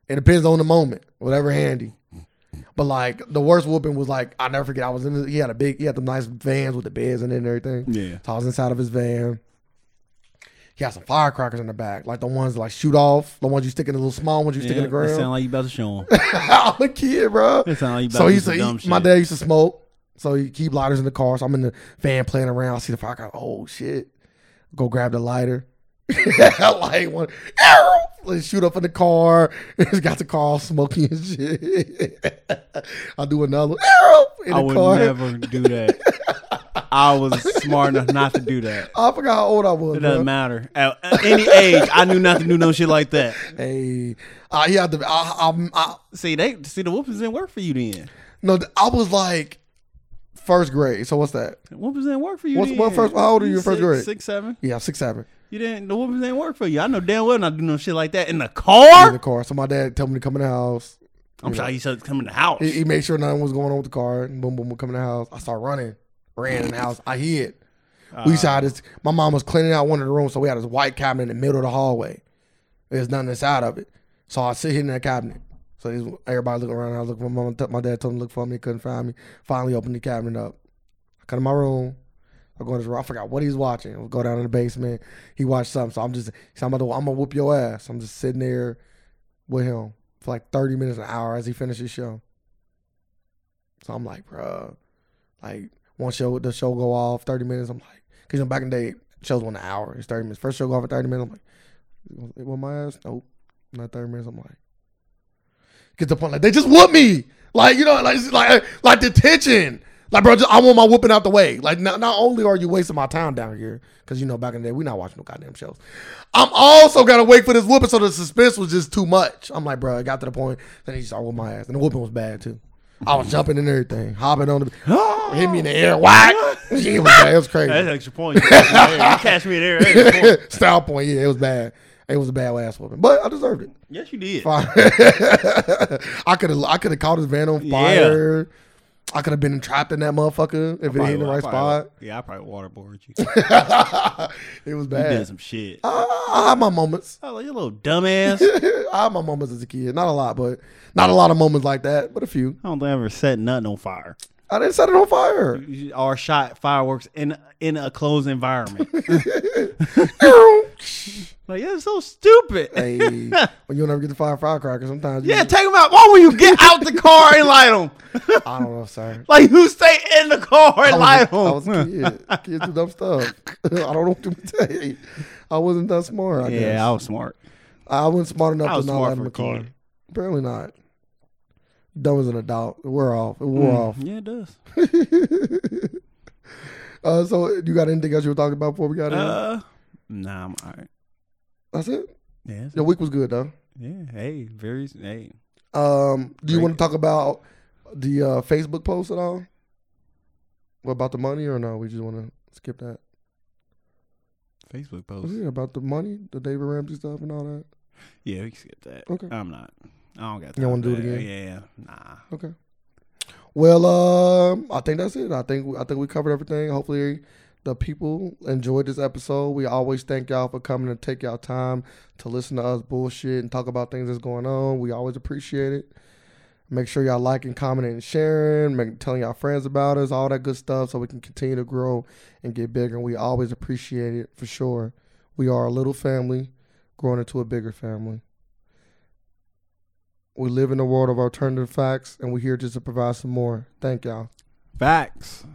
It depends on the moment, whatever handy. But like the worst whooping was like I never forget. I was in. The, he had a big. He had the nice vans with the beds in it and everything. Yeah. So I was inside of his van. He had some firecrackers in the back, like the ones that, like shoot off, the ones you stick in the little small ones you stick in the Yeah, it ground. sound like you about to show him. I'm a kid, bro. It sound like you about to So he do used some to, dumb my shit. dad used to smoke, so he keep lighters in the car. So I'm in the van playing around. I see the firecracker. Oh shit! Go grab the lighter. like one arrow, let's shoot up in the car. It's got the car all smoky and shit. I do another arrow in the I would car. never do that. I was smart enough not to do that. I forgot how old I was. It doesn't bro. matter. At, at any age, I knew not to do no shit like that. Hey, I, he had the. I, I, I, See, they see the whoopings didn't work for you then. no, I was like first grade. So what's that? The whoopings didn't work for you. What's- then. what first- how old are you in first Six- grade? Six, seven. Yeah, six seven. You didn't. The whoopings didn't work for you. I know damn well not do no shit like that in the in car. the car. So my dad told me to come in the house. I'm sorry, you said come in the house. He, he made sure nothing was going on with the car. And boom, boom, boom, come in the house. I start running, ran in the house. I hid. we used to have this. My mom was cleaning out one of the rooms, so we had this white cabinet in the middle of the hallway. There's nothing inside of it, so I sit in that cabinet. So these- everybody looking around. I look for my mom. My dad told him to look for me. He couldn't find me. Finally, opened the cabinet up. I come to my room. I go in his room. I forgot what he's watching. I go down in the basement. He watched something. So I'm just. So I'm about to. I'm gonna whoop your ass. I'm just sitting there with him for like 30 minutes, an hour as he finishes his show. So I'm like, bruh, like one show, the show go off 30 minutes. I'm like, cause you know, back in the day, shows went an hour. It's 30 minutes. First show go off in 30 minutes. I'm like, you gonna hit with my ass? Nope. Not 30 minutes. I'm like, get to the point. Like, they just whoop me. Like, you know, like, it's like, like detention. Like, bro, just, I want my whooping out the way. Like, not, not only are you wasting my time down here, because, you know, back in the day, we not watching no goddamn shows. I'm also got to wait for this whooping, so the suspense was just too much. I'm like, bro, it got to the point. Then he started with my ass. And the whooping was bad, too. I was jumping and everything, hopping on the, hit me in the air, whack. it, was bad. It was crazy. That's extra point. You catch me there. You catch me there. that's extra point. Style point, yeah, it was bad. It was a bad ass whooping, but I deserved it. Yes, you did. Fine. I could have, I could have caught his van on Yeah. fire. I could have been trapped in that motherfucker if it hit in the Probably- right I spot. probably- Yeah, I probably waterboarded you. You It was did bad. some shit. I, I had my moments. Oh, you little dumbass. I had my moments as a kid. Not a lot, but not a lot of moments like that, but a few. I don't think I ever set nothing on fire I didn't set it on fire. or shot fireworks in in a closed environment. like that's so stupid. hey, when you never get to fire firecracker, sometimes you Yeah, take them out. Why would you get out the car and light them? I don't know, sir. Like you stay in the car and I light was, a- I was them? a kid. Kids do dumb stuff. I don't know what to tell you. I wasn't that smart. I guess. Yeah, I was smart. I wasn't smart enough I was to not smart let him for a in the car. kid. Apparently not. Dumb as an adult. We're off. We're off. Yeah, it does. uh, so you got anything else you were talking about before we got in? Uh, nah, I'm all right. That's it. Yeah, that's- Your week was good though. yeah. Hey, very. Hey, Um, do you Great. want to talk about the uh, Facebook post at all? What about the money or no? We just want to skip that. Facebook post. Yeah, about the money, the David Ramsey stuff and all that. Yeah, we can skip that. Okay. I'm not. I don't got. You don't time wanna do for it that. again? Yeah. Nah. Okay. Well, um, I think that's it. I think I think we covered everything. Hopefully, the people enjoyed this episode. We always thank y'all for coming and take y'all time to listen to us bullshit and talk about things that's going on. We always appreciate it. Make sure y'all liking, commenting, and sharing, make, telling y'all friends about us, all that good stuff, so we can continue to grow and get bigger. And we always appreciate it for sure. We are a little family growing into a bigger family. We live in a world of alternative facts, and we're here just to provide some more. Thank y'all. Facts.